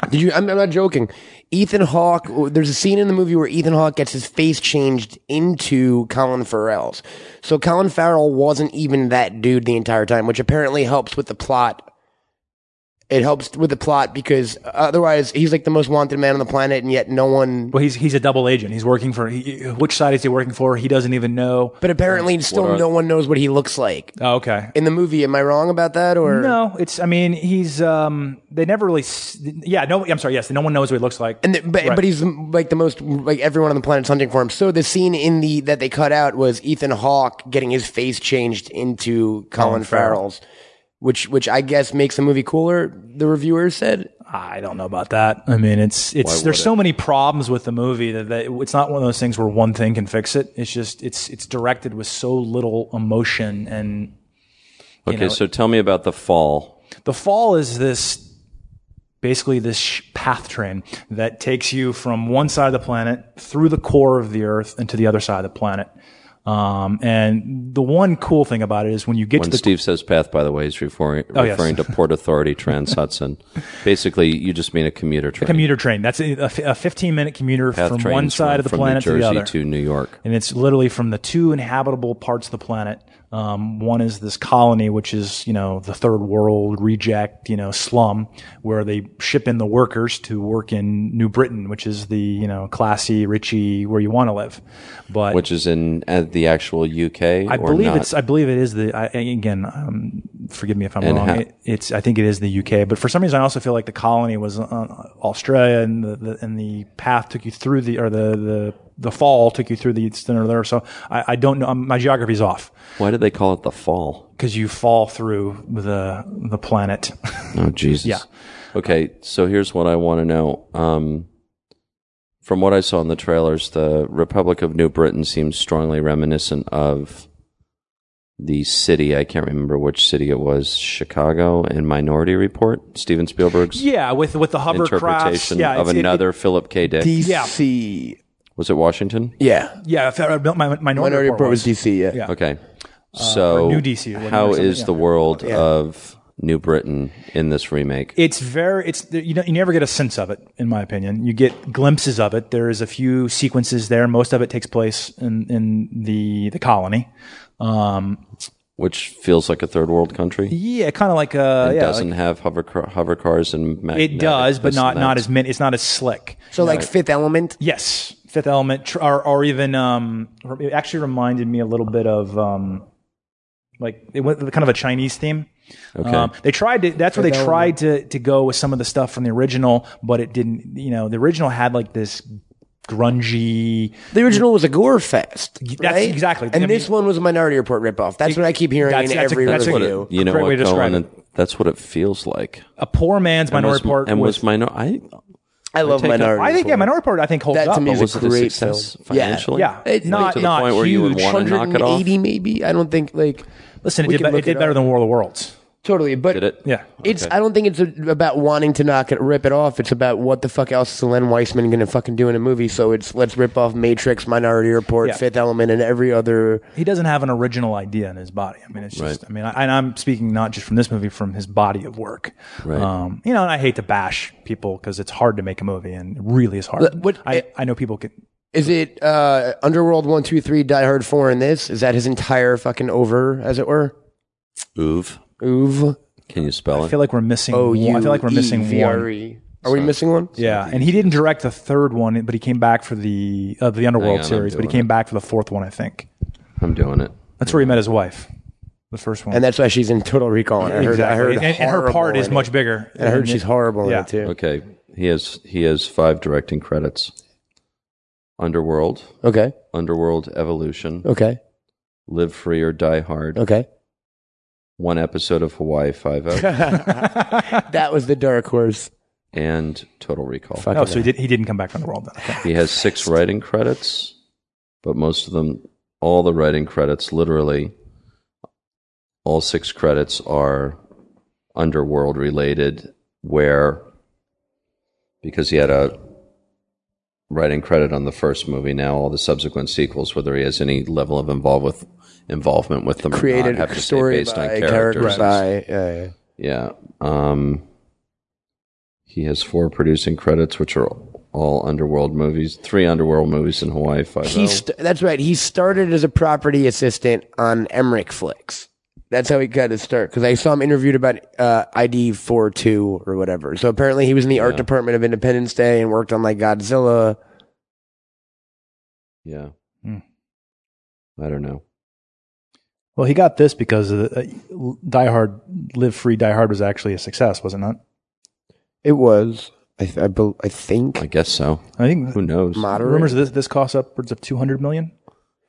Did you? I'm, I'm not joking. Ethan Hawke. There's a scene in the movie where Ethan Hawke gets his face changed into Colin Farrell's. So Colin Farrell wasn't even that dude the entire time, which apparently helps with the plot It helps with the plot because otherwise he's like the most wanted man on the planet, and yet no one.
Well, he's he's a double agent. He's working for he, which side is he working for? He doesn't even know.
But apparently, still
are-
no one knows what he looks like
Oh, okay.
in the movie. Am I wrong about that? Or
No, it's. I mean, he's. Um, they never really. s- Yeah, no. I'm sorry. Yes, no one knows what he looks like.
And the, but
Right.
but he's like the most like everyone on the planet's hunting for him. So the scene in the that they cut out was Ethan Hawke getting his face changed into Colin, Farrell's, which which I guess makes the movie cooler. The reviewers said
I don't know about that. I mean, it's it's there's so many problems with the movie that, that it's not one of those things where one thing can fix it. It's just it's it's directed with so little emotion and
Okay,
know-
so tell me about the fall.
The fall is this basically this sh- path train that takes you from one side of the planet through the core of the Earth and to the other side of the planet. Um, and the one cool thing about it is when you get
When
to the Oh,
Steve says path, by the way, he's referring,
yes.
referring to Port Authority Trans Hudson. Basically, you just mean a commuter train.
commuter train, that's a, a f- a 15 minute commuter
path
from
trains
one side
run
of the
from
planet
New Jersey
to the other.
to New York.
and it's literally from the two inhabitable parts of the planet. Um, one is this colony, which is you know the third world reject you know slum, where they ship in the workers to work in New Britain, which is the you know classy, richy, where you want to live. But
Which is in uh, the actual UK.
I
or
believe
not?
it's uh, I believe it is the I, I- again. Um, forgive me if I'm
And
wrong.
how-
It, it's I think it is the UK, but for some reason I also feel like the colony was uh, Australia, and the, the and the path took you through the or the the the fall took you through the center there. So I, I don't know. Um, my geography's off
Why did they call it the fall?
because you fall through the the planet.
Oh Jesus.
Yeah.
Okay, so here's what I want to know. Um, from what I saw in the trailers, the Republic of New Britain seems strongly reminiscent of the city. I can't remember which city it was. Chicago in Minority Report. Steven Spielberg's
yeah, with with the hovercrafts.
interpretation
Yeah,
of
it's- it- it-
another Philip K. Dick.
DC.
was it Washington?
Yeah,
yeah, if I- my, my minority,
Minority Report was
was
DC. Yeah.
Yeah.
Okay. So
Uh, or New DC, wasn't it, or
How
something?
is
Yeah.
the world of New Britain in this remake?
it's very it's you, don't, you never get a sense of it in my opinion you get glimpses of it there's a few sequences there most of it takes place in in the the colony um
which feels like a third world country.
yeah kind of like uh yeah
doesn't
like-
have hover car, hover cars and magnetic
it does but
this
not
and
not
that.
as min it's not as slick
So like Fifth Element.
yes fifth element tr- or, or even um it actually reminded me a little bit of um like it went kind of a chinese theme
okay.
Um, they tried to. That's where they tried to to go with some of the stuff from the original, but it didn't. You know, the original had like this grungy.
The original was a gore fest.
That's
right?
exactly-
And
I
this one was a Minority Report ripoff. That's what I keep hearing
That's-
in
that's a-
every
that's a-
review.
you know
great
what,
way to describe
Cohen? That's what it feels like.
A poor man's Minority
was,
Report.
and
was,
was minor. I
I love
take it-
Minority.
I think yeah,
Report.
Minority Report. I think holds
That to
up.
me is
was
a
it a
great
success
film. Yeah.
financially?
Yeah. It-
Like,
not-
to the
not
point where you would
huge.
want to knock it off.
180 maybe. I don't think like
Listen, it
we
did,
can
be-
look
it did
it
better
up.
than War of the Worlds.
totally. But
Did it?
Yeah.
It's. I don't think it's a, about wanting to knock it, rip it off. It's about what the fuck else is Len Weissman going to fucking do in a movie? So it's let's rip off Matrix, Minority Report,
Yeah.
Fifth Element, and every other.
He doesn't have an original idea in his body. I mean, it's just.
Right.
I mean, I, and I'm speaking not just from this movie, from his body of work.
Right.
Um, you know, and I hate to bash people because it's hard to make a movie, and it really is hard.
what-
I, I know people could.
Is it uh, Underworld one, two, three, Die Hard four, and this? Is that his entire fucking over, as it were?
Oof.
Oov.
Can you spell
I feel
it?
like we're missing.
O
Oh,
one-
U.
I feel like we're missing
E V
one.
R E. Are we missing one?
Yeah, and he didn't direct the third one, but he came back for the uh, the
Hang on,
Underworld
I'm
series. But he
doing
came back for the fourth one, I think.
I'm doing it.
That's where he met his wife, the first one.
And that's why she's in Total Recall. And I heard. I heard
and, and her
horrible
part
in
is
it.
much bigger.
And I heard she's horrible
Yeah.
in it too.
Okay. He has he has five directing credits. Underworld,
Okay.
Underworld
Oh.
Evolution,
Okay.
Live Free or Die Hard,
Okay.
one episode of Hawaii Five O,
That was the dark horse.
and Total Recall.
Fuck
Oh, so he did. He didn't come back for Underworld. Then. Okay.
He has six writing credits, but most of them, all the writing credits, literally, all six credits are underworld related, where, because he had a writing credit on the first movie, now all the subsequent sequels, whether he has any level of involved with, involvement with them or
created
not, have
a
to stay
story
based
by
on
character
characters.
by. Uh,
Yeah. Um, he has four producing credits, which are all underworld movies, three underworld movies in Hawaii Five
he st- that's right. He started as a property assistant on Emmerich flicks. That's how he got his start because I saw him interviewed about uh, ID 42 or whatever. So apparently he was in the art
Yeah.
department of Independence Day and worked on like Godzilla.
Yeah.
Hmm.
I don't know.
Well, he got this because of the, uh, Die Hard, Live Free, Die Hard was actually a success, was it not?
It was, I, th- I, bel I think,
I guess so.
I think
Who knows?
moderate.
rumors of this this costs upwards of two hundred million.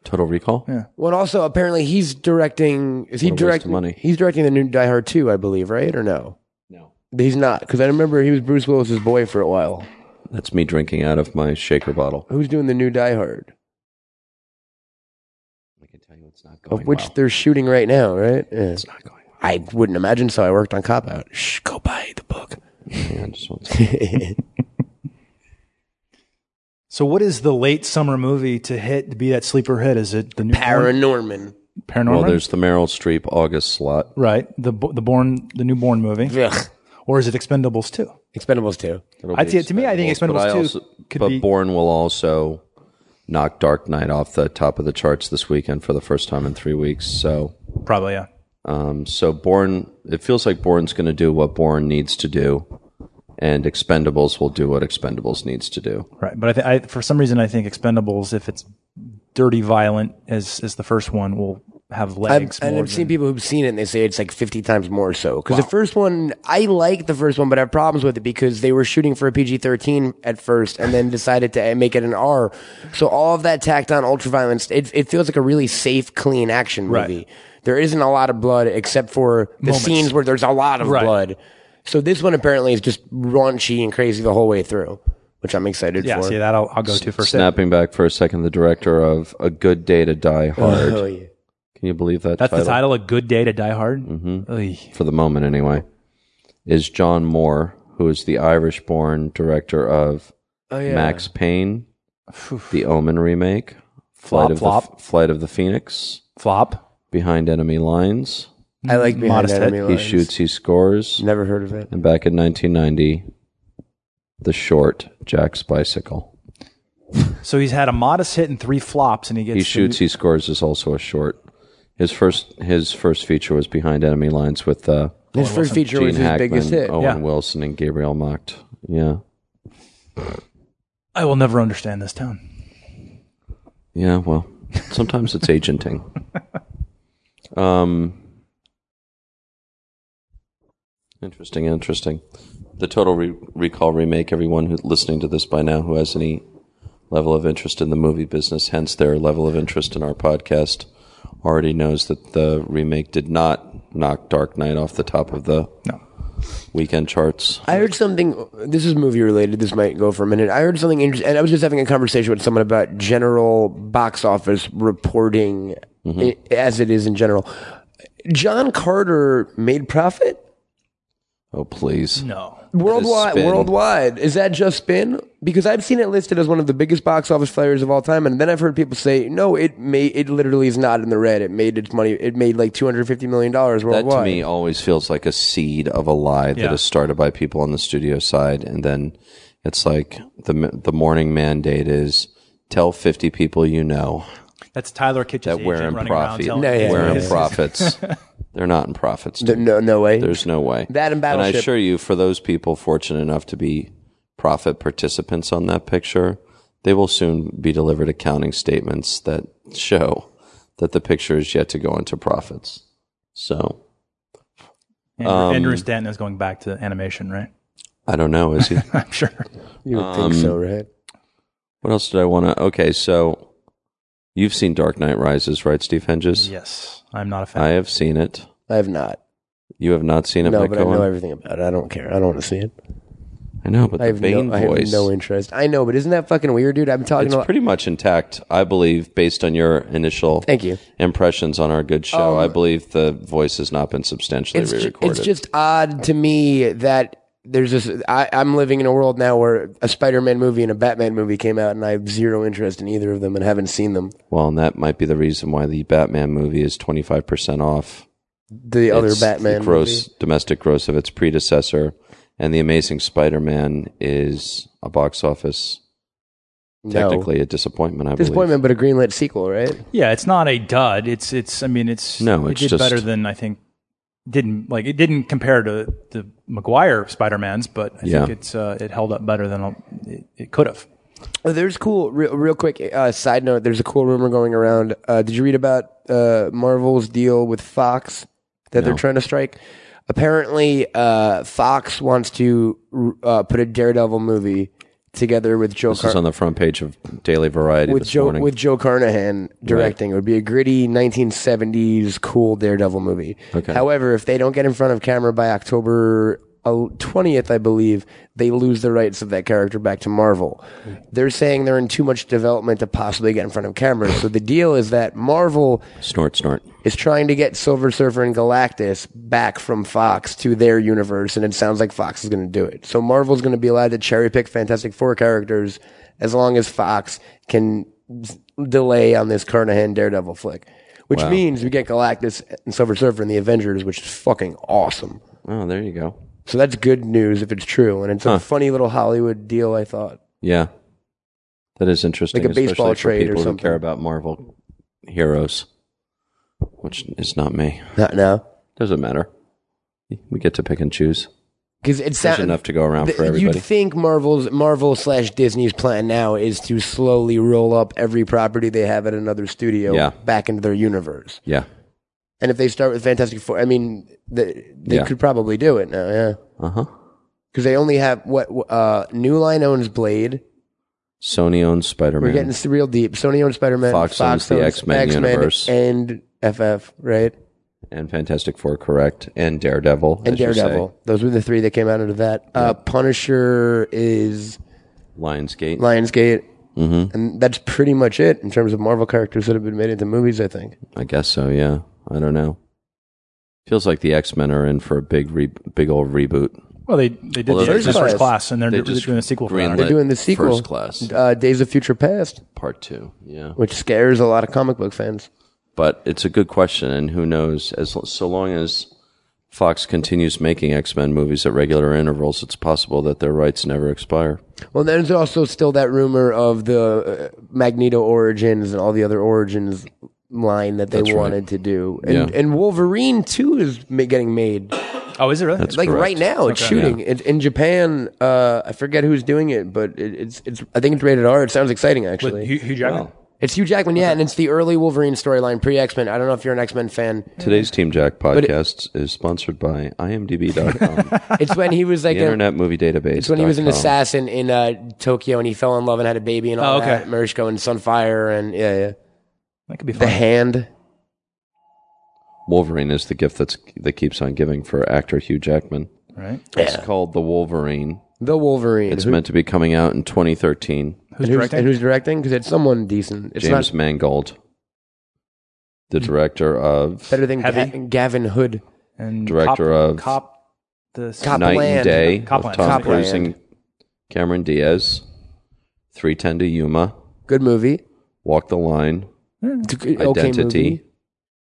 Total Recall.
Yeah.
Well, and also apparently he's directing. Is
What a waste
he
of
directing?
money.
He's directing the new Die Hard 2, I believe, right or no?
No.
He's not because I remember he was Bruce Willis's boy for a while.
That's me drinking out of my shaker bottle.
Who's doing the new Die Hard?
I can tell you it's not
Of which they're shooting right now, right? Yeah.
It's not going well.
I wouldn't imagine so. I worked on Cop Out. Shh, go buy the book.
Yeah, I just want to-
So, what is the late summer movie to hit to be that sleeper hit? Is it the new Born-
Paranorman.
Paranorman?
well, there's the Meryl Streep August slot.
right the Bo- the born the newborn movie,
Ugh.
or is it Expendables two?
Expendables 2.
It'll
I'd
be
say- to me, I think
but
Expendables 2
also-
could
but
be-
Bourne will also knock Dark Knight off the top of the charts this weekend for the first time in three weeks. So,
Probably, yeah.
um, so Bourne, it feels like Bourne's going to do what Bourne needs to do, and Expendables will do what Expendables needs to do.
Right, but I, th- I for some reason I think Expendables, if it's dirty violent as as the first one, will have
I've,
legs.
and
more
I've seen
than-
people who've seen it and they say it's like 50 times more so. Because the first one, I like the first one, but I have problems with it because they were shooting for a PG 13 at first and then decided to make it an R. So all of that tacked on ultraviolence, it, it feels like a really safe, clean action
Right.
movie. There isn't a lot of blood except for the
Moments.
scenes where there's a lot of
Right.
blood. So this one apparently is just raunchy and crazy the whole way through, which I'm excited
Yeah,
for.
see that I'll, I'll go to first.
Snapping back for a second, the director of A Good Day to Die Hard.
Oh, yeah.
Can you believe that?
That's the title, A Good Day to Die Hard. Mm-hmm.
for the moment anyway, is John Moore, who is the Irish born director of
Oh, yeah.
Max Payne, the Omen remake, Flight,
Flop,
of,
flop.
The, Flight of the Phoenix,
Flop.
Behind Enemy Lines.
I like behind
Modest
enemy
Head.
He
lines.
shoots, he scores.
Never heard of it.
And back in 1990, the short Jack's Bicycle.
So he's had a modest hit and three flops, and he gets
He
the-
shoots, he scores is also a short. His first his first feature was Behind Enemy Lines with uh,
His first feature
Gene
was his
Hackman, Oh.
biggest hit.
Owen
Yeah.
Wilson, and Gabriel Macht. Yeah.
I will never understand this town.
Yeah, well, sometimes it's agenting. Um, interesting, interesting. The Total Re- Recall remake. Everyone who's listening to this by now who has any level of interest in the movie business, hence their level of interest in our podcast, already knows that the remake did not knock Dark Knight off the top of the
No.
weekend charts.
I heard something. This is movie related. This might go for a minute. I heard something interesting, and I was just having a conversation with someone about general box office reporting
Mm-hmm.
i as it is in general. John Carter made profit
Oh please!
No.
worldwide.
Spin.
worldwide, is that just spin? Because I've seen it listed as one of the biggest box office failures of all time, and then I've heard people say, "No, it made it literally is not in the red. It made its money. It made like two hundred fifty million dollars
That
worldwide."
to me always feels like a seed of a lie that is
Yeah.
started by people on the studio side, and then it's like the the morning mandate is tell fifty people you know
That's Tyler Kitchen's
that we're
agent
in
running around
profit.
telling
No, yeah.
we're in
yeah.
profits. They're not in profits. dude.
There- no, no way.
There's no way.
That and Battleship.
I assure you, for those people fortunate enough to be profit participants on that picture, they will soon be delivered accounting statements that show that the picture is yet to go into profits. So
Andrew,
Um,
Andrew Stanton is going back to animation, right?
I don't know, is he?
I'm sure.
you would think
um,
so, right?
What else did I want to? Okay, so you've seen Dark Knight Rises, right, Steve Henges?
Yes, I'm not a fan.
I have seen it.
I have not.
You have not seen it,
No,
Mike
but I know
Cohen?
everything about it. I don't care. I don't want to see it.
I know, but
I
the
have,
Bane
no, I have
voice.
no interest. I know, but isn't that fucking weird, dude? I'm talking
it's
about.
pretty much intact, I believe, based on your initial
Thank you. Um,
impressions on our good show. I believe the voice has not been substantially
It's, ju-
re-recorded.
it's just odd to me that there's this. I, I'm living in a world now where a Spider-Man movie and a Batman movie came out, and I have zero interest in either of them, and haven't seen them.
well, and that might be the reason why the Batman movie is twenty five percent off.
The other
It's
Batman
the gross domestic gross of its predecessor, and the Amazing Spider Man is a box office Technically, a disappointment. I
Disappointment, but a greenlit sequel, right?
Yeah, it's not a dud. It's it's. I mean, it's
No,
It
it's
did
just-
better than I think. Didn't like it didn't compare to the McGuire Spider Mans, but I
Yeah.
think it's uh, it held up better than uh, it, it could have.
Oh, There's cool, real, real quick uh, side note. There's a cool rumor going around. Uh, did you read about uh, Marvel's deal with Fox that they're trying to strike? Apparently, uh, Fox wants to r- uh, put a Daredevil movie together with Joe
This is
Car-
on the front page of Daily Variety
with
this
Joe
morning.
with Joe Carnahan directing. It would be a gritty 1970s cool Daredevil movie.
Okay.
However, if they don't get in front of camera by October uh, 20th, I believe, they lose the rights of that character back to Marvel.
Hmm.
They're saying they're in too much development to possibly get in front of camera. so the deal is that Marvel
snort, snort.
is trying to get Silver Surfer and Galactus back from Fox to their universe, and it sounds like Fox is going to do it. So Marvel's going to be allowed to cherry pick Fantastic Four characters as long as Fox can s- delay on this Carnahan Daredevil flick, which means we get Galactus and Silver Surfer and the Avengers, which is fucking awesome.
Oh, there you go.
So that's good news if it's true, and it's a funny little Hollywood deal. I thought
Yeah, that is interesting.
Like a baseball
especially for
trade or
people
something.
Who care about Marvel heroes, which is not me.
not now
Doesn't matter. We get to pick and choose.
because it
There's
sounds
enough to go around
Th-
for everybody.
You'd think Marvel's Marvel slash Disney's plan now is to slowly roll up every property they have at another studio
Yeah.
back into their universe.
yeah.
And if they start with Fantastic Four, I mean, the, they
Yeah.
could probably do it now, yeah.
Uh huh.
Because they only have what uh, New Line owns Blade.
Sony owns Spider
We're getting
Man.
s- real deep. Sony owns Spider Man.
Fox owns the X-Men universe.
and FF, right?
and Fantastic Four, correct, and Daredevil,
And
as you say.
Daredevil. Those were the three that came out of that. Uh, Punisher is
Lionsgate.
Lionsgate. Mm-hmm. And that's pretty much it in terms of Marvel characters that have been made into movies, I think.
I guess so. Yeah, I don't know. Feels like the X Men are in for a big, re- big old reboot.
Well, they they did
Well,
the
they
first,
just-
first class, and they're,
they
they're just
just
doing a sequel for that.
greenlit-
right?
Doing the sequel.
First Class.
Uh, Days of Future Past,
Part two. Yeah,
which scares a lot of comic book fans.
but it's a good question, and who knows? As so long as Fox continues making X Men movies at regular intervals, it's possible that their rights never expire.
Well, there's also still that rumor of the uh, Magneto origins and all the other origins line that they
That's right.
wanted to do. And,
Yeah.
and Wolverine 2 is ma- getting made.
Oh, is it really?
That's
Like
correct.
right now, it's
Okay.
shooting. It, in Japan, uh, I forget who's doing it, but it, it's, it's, I think it's rated R. It sounds exciting, actually.
With Hugh, Hugh Jackman.
Wow.
It's Hugh Jackman, yeah, and it's the early Wolverine storyline, pre X Men. I don't know if you're an X Men fan.
Today's Team Jack podcast is sponsored by IMDb.com,
It's when he was like
the
a,
Internet Movie Database.
uh, it's when he was an assassin in uh, Tokyo and he fell in love and had a baby and all
Oh, okay.
that. Marisko and Sunfire and yeah, yeah.
That could be
The
fun.
Hand.
Wolverine is the gift that's that keeps on giving for actor Hugh Jackman.
right?
It's called The Wolverine.
The Wolverine.
It's
Who-
meant to be coming out in 2013.
Who's
and who's,
directing?
and who's directing? Because it's someone decent. It's
James
not
Mangold, the director of
better than
Heavy.
Ga- Gavin Hood.
and
director
cop,
of-
cop the
Cop-
Night
Copland.
and Day
Copland.
of Tom
Copland.
Cruise and Cameron Diaz, 310 to Yuma,
Good movie.
Walk the Line,
It's a good- okay
Identity,
movie.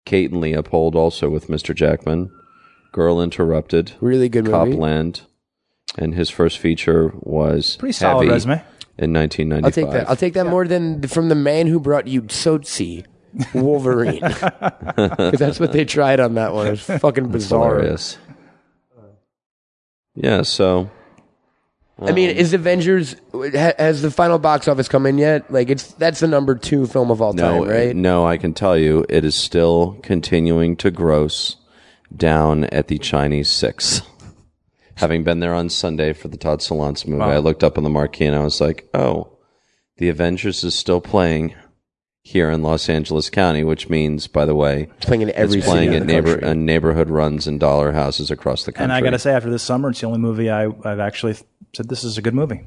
Kate and Leopold, also with Mr. Jackman, Girl Interrupted,
Really good movie.
Copland, and his first feature was
pretty solid
Heavy
resume.
in 1995.
I'll take that. I'll take that more than the- from the man who brought you Sotsy, Wolverine. 'Cause that's what they tried on that one. It's fucking bizarre.
Hilarious. Yeah, so
I
Um,
mean, is Avengers ha- has the final box office come in yet? Like it's that's the number two film of all
No,
time, right?
no, I can tell you it is still continuing to gross down at the Chinese six. Having been there on Sunday for the Todd Solondz movie, I looked up on the marquee and I was like, "Oh, the Avengers is still playing here in Los Angeles County," which means, by the way,
It's playing in every
it's playing
city
at
in the
neighbor
country.
uh, neighborhood runs and dollar houses across the country.
And I gotta say, after this summer, it's the only movie I, I've actually said this is a good movie.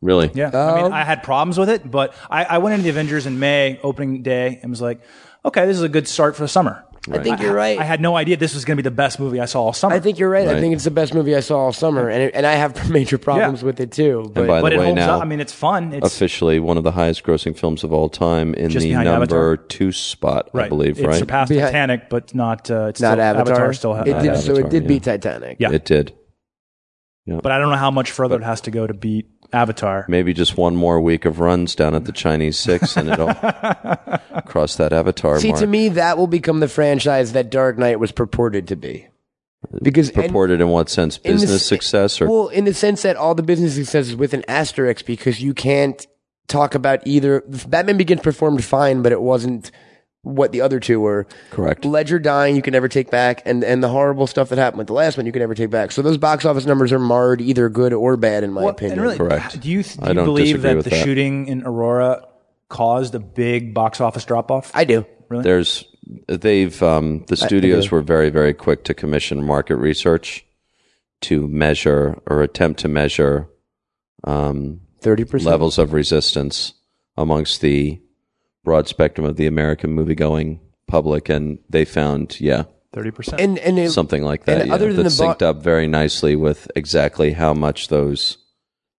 really,
Yeah, I
Um,
mean, I had problems with it, but I, I went into the Avengers in May opening day and was like, okay, this is a good start for the summer.
I think you're right.
I
I,
had no idea this was going to be the best movie I saw all summer.
think you're right.
uh,
I
Right.
think it's the best movie I saw all summer, and it, and I have major problems
Yeah.
with it too. But
by the
but it
way,
holds
now-
up. I mean, it's fun. It's
officially one of the highest-grossing films of all time in
Just
the
behind
number
Avatar.
two spot,
right.
I believe.
it
right,
surpassed
Behind-
Titanic, but not. Uh, it's
not
still,
Avatar.
still ha- uh,
it
not
did,
Avatar.
so it
Avatar,
did
yeah.
beat Titanic.
Yeah.
it did. Yeah.
But I don't know how much further it has to go to beat Avatar.
Maybe just one more week of runs down at the Chinese Six, and it'll cross that Avatar
See,
mark.
to me, that will become the franchise that Dark Knight was purported to be. Because and-
Purported in what sense?
in the
Business
se-
success or
well, in the sense that all the business success is with an asterisk because you can't talk about either. Batman Begins performed fine, but it wasn't what the other two were.
correct?
Ledger dying, you can never take back, and and the horrible stuff that happened with the last one, you can never take back. So those box office numbers are marred, either good or bad, in my
Well,
opinion.
and really,
Correct.
Do you, th-
I
do you
don't
believe
disagree
that
with
the
that.
shooting in Aurora caused a big box office drop off?
I do.
really?
There's they've um, the studios were very very quick to commission market research to measure or attempt to measure um,
Thirty percent
levels of resistance amongst the broad spectrum of the American movie going public, and they found yeah
Thirty percent.
and and it,
something like that.
and
yeah,
other than
that
the bo-
synced up very nicely with exactly how much those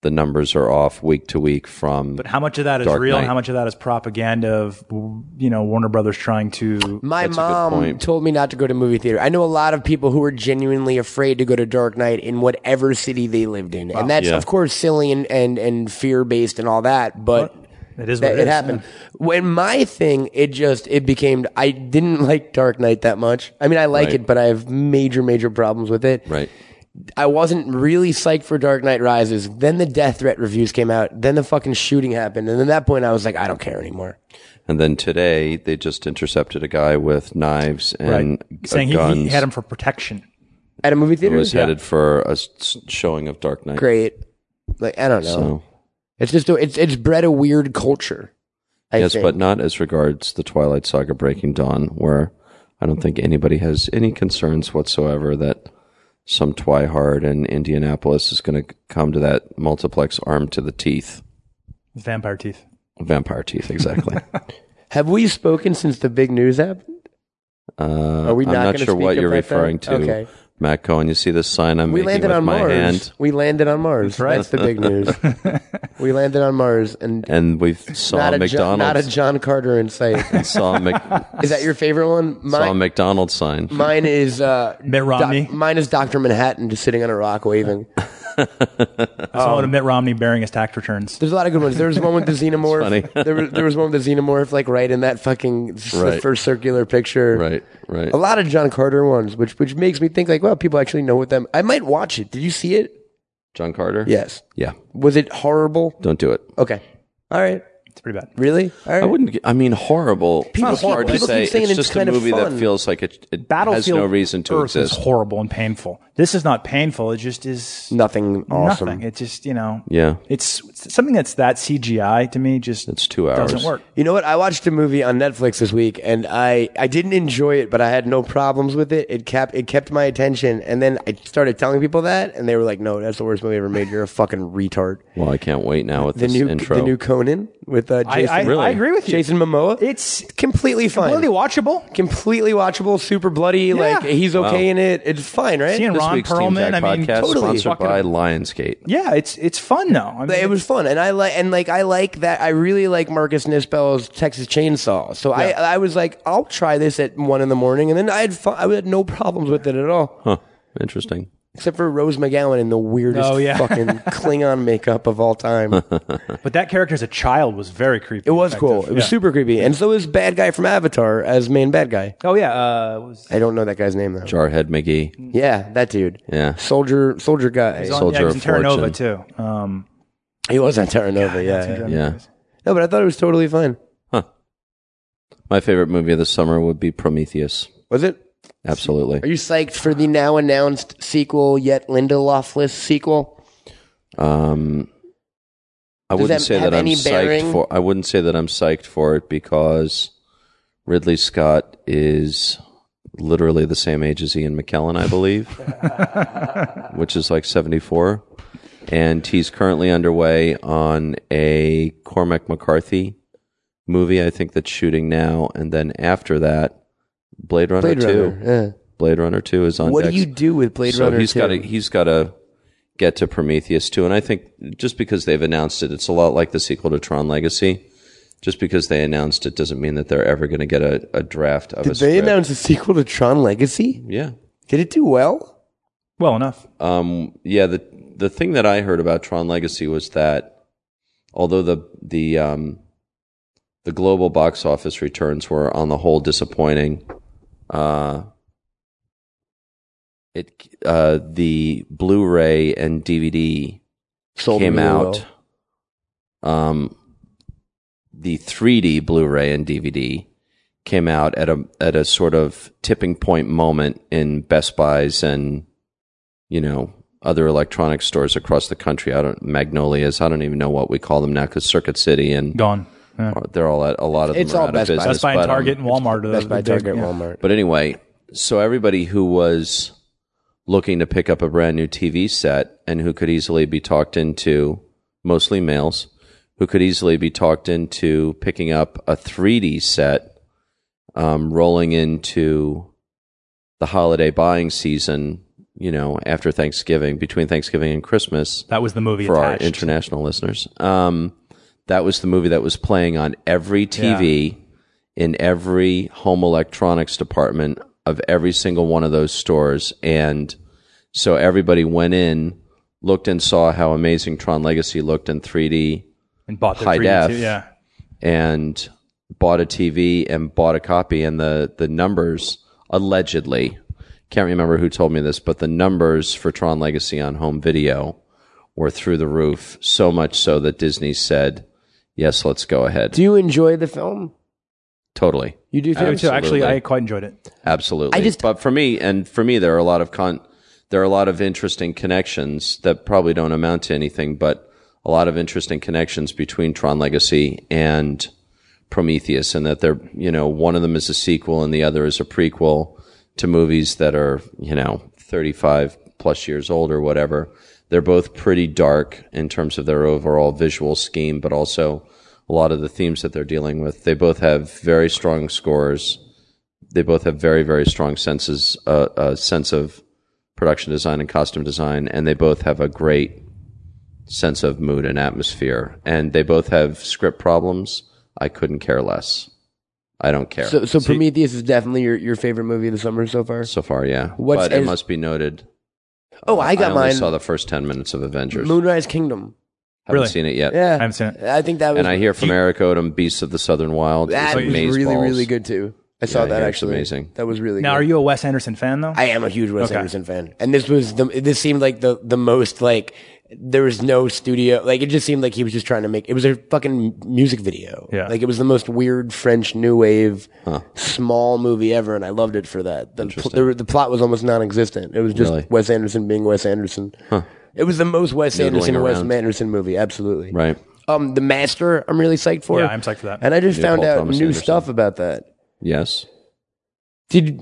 the numbers are off week to week from.
But how much of that is
Dark
real? and
Knight.
How much of that is propaganda of you know Warner Brothers trying to?
My
a good
mom
point.
told me not to go to movie theater. I know a lot of people who are genuinely afraid to go to Dark Knight in whatever city they lived in. And that's,
Yeah.
of course, silly and, and, and fear based and all that, but
It is what
that,
it
it
is,
happened. When my thing, it just, it became, I didn't like Dark Knight that much. I mean, I like
Right.
it, but I have major, major problems with it.
Right.
I wasn't really psyched for Dark Knight Rises. Then the death threat reviews came out. Then the fucking shooting happened. And at that point, I was like, I don't care anymore.
And then today they just intercepted a guy with knives and uh,
right. Saying he,
guns.
he had him for protection.
At a movie theater?
was headed for a s- showing of Dark Knight.
Great. Like, I don't know.
So
It's just a, it's it's bred a weird culture. I
yes,
think.
but not as regards the Twilight Saga: Breaking Dawn, where I don't think anybody has any concerns whatsoever that some twihard in Indianapolis is going to come to that multiplex armed to the teeth,
Vampire teeth.
vampire teeth, exactly.
have we spoken since the big news happened?
Uh,
Are we not
I'm not
gonna
sure
speak
what you're
about that?
referring to,
Okay.
Matt Cohen. You see this sign I'm
We
making
landed
with
on
my
Mars.
hand,
We landed on Mars. That's,
right.
the big news. we landed on Mars and
and we saw
not a,
McDonald's.
John, not a John Carter in sight.
saw, a Mc,
is that your favorite one?
saw a
Mine,
McDonald's sign.
mine is uh,
Mitt
Doc-
Romney.
mine is Doctor Manhattan just sitting on a rock waving.
I
Oh.
saw one of Mitt Romney bearing his tax returns.
There's a lot of good ones. There was one with the xenomorph.
funny.
there, was, there was one with the xenomorph, like right in that fucking s- the
Right.
first circular picture.
Right, right.
a lot of John Carter ones, which which makes me think like, wow, people actually know what them. I might watch it. Did you see it?
John Carter.
Yes.
yeah.
Was it horrible?
Don't do it.
Okay. All right.
It's pretty bad.
Really? All right.
I wouldn't. g- I mean, horrible.
People
it's
keep-
hard to
people keep
say.
saying
it's
it's
just
kind
a
of
movie that
fun.
feels like it, it has
Battlefield
no reason to
Earth
exist.
is horrible and painful. This is not painful. It just is
Nothing awesome.
nothing. It just you know.
Yeah.
It's, it's something that's that CGI to me. Just
It's two hours.
Doesn't work.
You know what? I watched a movie on Netflix this week, and I, I didn't enjoy it, but I had no problems with it. It kept it kept my attention, and then I started telling people that, and they were like, "No, that's the worst movie ever made. You're a fucking retard."
Well, I can't wait now with
The
this
new
intro.
the new Conan with uh,
I,
Jason
I, I agree with you.
Jason Momoa.
It's
completely fine.
completely watchable.
completely watchable, super bloody. Like he's okay in it. It's fine, right?
Seeing
this
Ron
week's Team
Perlman.
Tag
I mean,
podcast
totally
sponsored
fucking-
by Lionsgate.
Yeah, it's it's fun though. I mean,
it was fun, and I like and like I like that. I really like Marcus Nispel's Texas Chainsaw. So I I was like, I'll try this at one in the morning, and then I had fun. I had no problems with it at all,
Huh. Interesting.
except for Rose McGowan in the weirdest
Oh, yeah.
fucking Klingon makeup of all time. it
but that character as a child was very creepy. It
was cool. It was super creepy, and so is bad guy from Avatar as main bad guy.
Oh yeah, uh, what was,
I don't know that guy's name though.
Jarhead McGee.
Yeah, that dude.
Yeah.
Soldier, soldier guy.
yeah, he
Soldier
was in
of
Terra Nova
Fortune.
too. Um,
He was on Terra Nova. Yeah, yeah.
Yeah.
No, but I thought it was totally fine.
My favorite movie of the summer would be Prometheus.
Was it?
Absolutely.
Are you psyched for the now announced sequel, yet Lindelofless sequel?
Um, I
Does
wouldn't
that
say
have
that I'm
any
psyched
bearing?
for. I wouldn't say that I'm psyched for it because Ridley Scott is literally the same age as Ian McKellen, I believe, which is like 74, and he's currently underway on a Cormac McCarthy movie. I think that's shooting now, and then after that, Blade Runner
Blade
Two.
Runner.
Blade Runner Two is
yeah.
on.
What
deck
do you do with Blade
so
Runner?
he's
2?
got to he's got to get to Prometheus too. And I think just because they've announced it, it's a lot like the sequel to Tron Legacy. Just because they announced it doesn't mean that they're ever going to get a, a draft of a
Did they
script.
announce a sequel to Tron Legacy?
yeah,
Did it do well?
well enough.
um, yeah. The the thing that I heard about Tron Legacy was that although the the um, the global box office returns were on the whole disappointing, uh, it uh, the Blu-ray and DVD
Sold
came
really
out. Um, the 3D Blu-ray and DVD came out at a at a sort of tipping point moment in Best Buys and you know other electronics stores across the country. I don't Magnolias. I don't even know what we call them now because Circuit City and
Gone. Yeah.
they're all at, a lot of them
It's
are
all
out
Best Buy.
of business.
Best Buy and
but, um,
Target and Walmart. Are the-
Best Buy,
the big-
Target,
yeah.
Walmart.
but anyway, so everybody who was looking to pick up a brand new TV set and who could easily be talked into, mostly males, who could easily be talked into picking up a 3D set, um, rolling into the holiday buying season, you know, after Thanksgiving, between Thanksgiving and Christmas
That was the movie
for
attached.
our international listeners. Um, that was the movie that was playing on every TV in every home electronics department of every single one of those stores, and so everybody went in, looked and saw how amazing Tron Legacy looked in 3D,
and bought the
High
3D
def.
too, Yeah.
and bought a TV and bought a copy, and the the numbers allegedly. Can't remember who told me this, but the numbers for Tron Legacy on home video were through the roof, so much so that Disney said, "Yes, let's go ahead."
Do you enjoy the film?
totally.
You do
I
too.
do too. Actually,
Absolutely.
I quite enjoyed it.
Absolutely.
I just-
but for me and for me there are a lot of con there are a lot of interesting connections that probably don't amount to anything, but a lot of interesting connections between Tron Legacy and Prometheus and that they're you know, one of them is a sequel and the other is a prequel to movies that are, you know, thirty five plus years old or whatever. They're both pretty dark in terms of their overall visual scheme, but also a lot of the themes that they're dealing with. They both have very strong scores they both have very very strong senses uh, uh, sense of production design and costume design and they both have a great sense of mood and atmosphere and they both have script problems i couldn't care less i don't care so,
So, so Prometheus is definitely your, your favorite movie of the summer so far.
far yeah
What's-
but it
is-
must be noted
Oh, I got
only
mine.
saw the first 10 minutes of avengers
Moonrise Kingdom.
haven't
Really?
seen it yet
Yeah,
I haven't seen it.
I think that was
and i hear from eric odom beasts of the southern wild
that was
it's
really
amazeballs.
really good too. I saw
Yeah, I
that
hear it's
actually.
amazing.
That was really.
Now,
good.
are you a Wes Anderson fan though?
I am a huge Wes
Okay.
Anderson fan, and this was the this seemed like the the most like there was no studio like it just seemed like he was just trying to make it was a fucking music video
Yeah.
like it was the most weird French new wave small movie ever, and I loved it for that. The, pl- there, were- the plot was almost non-existent. It was just
Really?
Wes Anderson being Wes Anderson. It was the most Wes Anderson Wes
around.
Anderson movie, absolutely.
right
Um, the Master, I'm really psyched for.
Yeah, I'm psyched for that.
And I just
Yeah,
found
Paul
out
Thomas
new
Anderson.
stuff about that.
yes
Did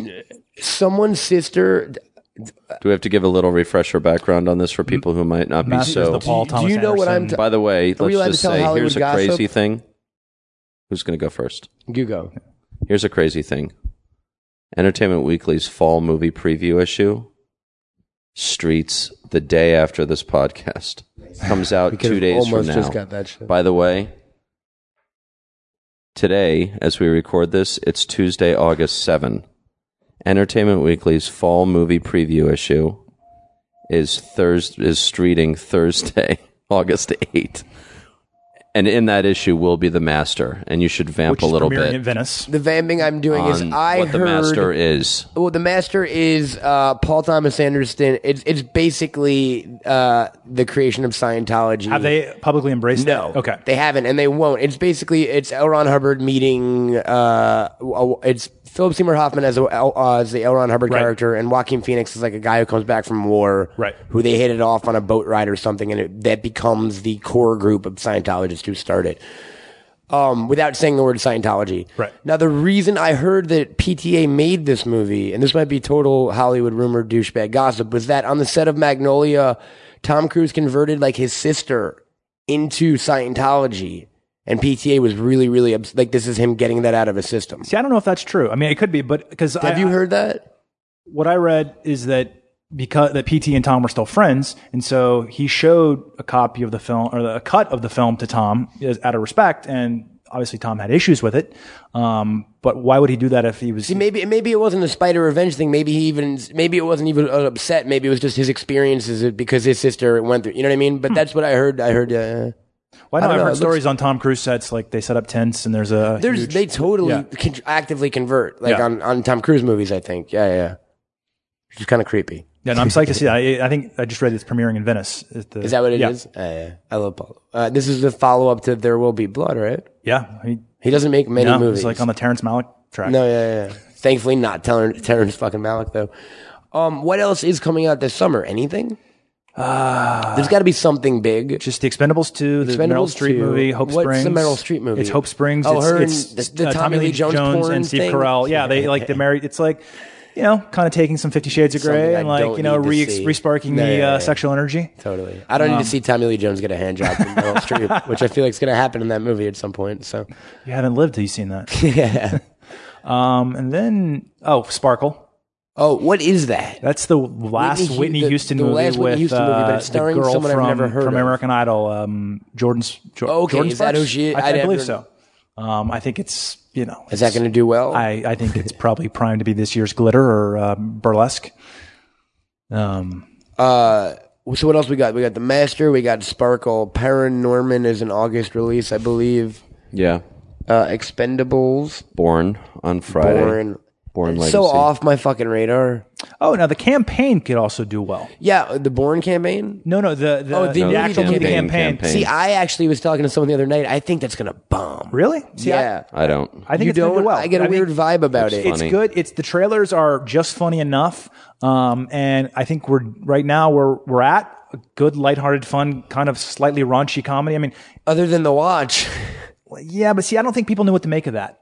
someone's sister?
do we have to give a little refresher background on this for people who might not be
Masters
so
the Paul
do
Thomas
you know what I'm
Anderson.
ta-
By the way,
Are we
let's
allowed to
just
tell
say
Hollywood
here's a
gossip?
crazy thing. Who's going to go first?
You go.
Here's a crazy thing. Entertainment Weekly's fall movie preview issue streets the day after this podcast comes out
Because
two days from
almost
now.
just got that shit.
By the way, today as we record this, it's Tuesday, August 7. Entertainment Weekly's fall movie preview issue is Thurs is streeting Thursday, August 8. And in that issue will be The Master, and you should vamp
which
a
is
little
premiering in
bit
Venice.
The vamping I'm doing is
on
I
what
heard.
The Master is.
well, the master is uh, Paul Thomas Anderson. It's it's basically uh, the creation of Scientology.
Have they publicly embraced
No.
it? Okay.
They haven't, and they won't. It's basically it's L. Ron Hubbard meeting. Uh, a- it's Philip Seymour Hoffman as, a, uh, as the L. Ron Hubbard
Right.
character, and Joaquin Phoenix is like a guy who comes back from war,
Right.
Who they hit it off on a boat ride or something, and it, that becomes the core group of Scientologists who start it. Um, without saying the word Scientology.
Right.
Now, the reason I heard that PTA made this movie, and this might be total Hollywood rumor douchebag gossip, was that on the set of Magnolia, Tom Cruise converted like his sister into Scientology. And PTA was really, really obs- like, this is him getting that out of his system.
See, I don't know if that's true. I mean, it could be, but because
Have you heard that?
what I read is that because that PT and Tom were still friends, and so he showed a copy of the film or the, a cut of the film to Tom as, out of respect, and obviously Tom had issues with it. Um, but why would he do that if he was?
See, maybe maybe it wasn't a spider revenge thing. Maybe he even maybe it wasn't even uh, upset. Maybe it was just his experiences because his sister went through. You know what I mean? But that's what I heard. I heard. Uh,
Well, I
I
know I've
don't know,
heard
it
stories on Tom Cruise sets like they set up tents and there's a
there's
huge-
they totally
Yeah.
con- actively convert like
Yeah.
on on Tom Cruise movies. I think. Yeah, yeah. yeah. Which is kind of creepy.
yeah. And I'm psyched to see. that. I, I think I just read it's premiering in Venice. At the-
Is that what it is?
yeah.
Uh, yeah. I love Paul. Uh, this is the follow up to There Will Be Blood, right?
Yeah, I mean,
He doesn't make many
no,
movies.
it's like on the Terrence Malick track.
No, yeah, yeah. Thankfully, not Ter- Terrence fucking Malick though. Um, what else is coming out this summer? Anything?
Uh,
There's got to be something big.
Just the Expendables two, the Meryl
Expendables
Street
2.
movie, Hope
What's the
Springs.
Meryl Street movie?
It's Hope Springs.
Oh,
it's,
her and
it's, uh,
the- the Tommy Lee Jones porn
and Steve
thing?
Carell. Yeah, they like they married. It's like you know, kind of taking some Fifty Shades of
Something
Grey
I
and like
don't
you know,
need to
re
see.
resparking
Yeah,
the
yeah, yeah.
Uh, sexual energy.
Totally. I don't need to
Um,
see Tommy Lee Jones get a hand job from Meryl Streep, which I feel like is going to happen in that movie at some point. So,
You haven't lived till you've seen that.
yeah.
um, and then oh, Sparkle.
Oh, what is that?
That's the last Whitney,
Hu- the-
Houston
the
movie
last Whitney
with
Houston movie,
uh,
but it's starring
the girl
someone I've
from,
never heard
from
of.
American Idol, um, Jordan's. Jo-
Oh, okay.
Jordan
Is that who
Sparks?
she-
I, I
I'd
believe
never-
so. Um, I think it's you know.
Is that going to do well?
I, I think it's probably primed to be this year's glitter or um, burlesque. Um,
Uh, so what else we got? We got The Master. We got Sparkle. Paranorman is an August release, I believe.
Yeah.
Uh, Expendables.
Born on Friday.
Born.
Born Legacy.
So off my fucking radar.
oh, now the campaign could also do well.
Yeah, the Born campaign.
No, no, the the,
Oh, the
the,
movie
actual movie
campaign,
campaign.
campaign.
See, I actually was talking to someone the other night. I think that's gonna bomb.
Really? See, I-
yeah.
I don't.
I, think
you
it's gonna
don't.
do well.
I get a
think
weird vibe about it.
fun.
It's
funny.
good. It's the trailers are just funny enough, um, and I think we're right now we're we're at a good lighthearted, fun, kind of slightly raunchy comedy. I mean,
Other than the watch,
yeah, but see, I don't think people knew what to make of that.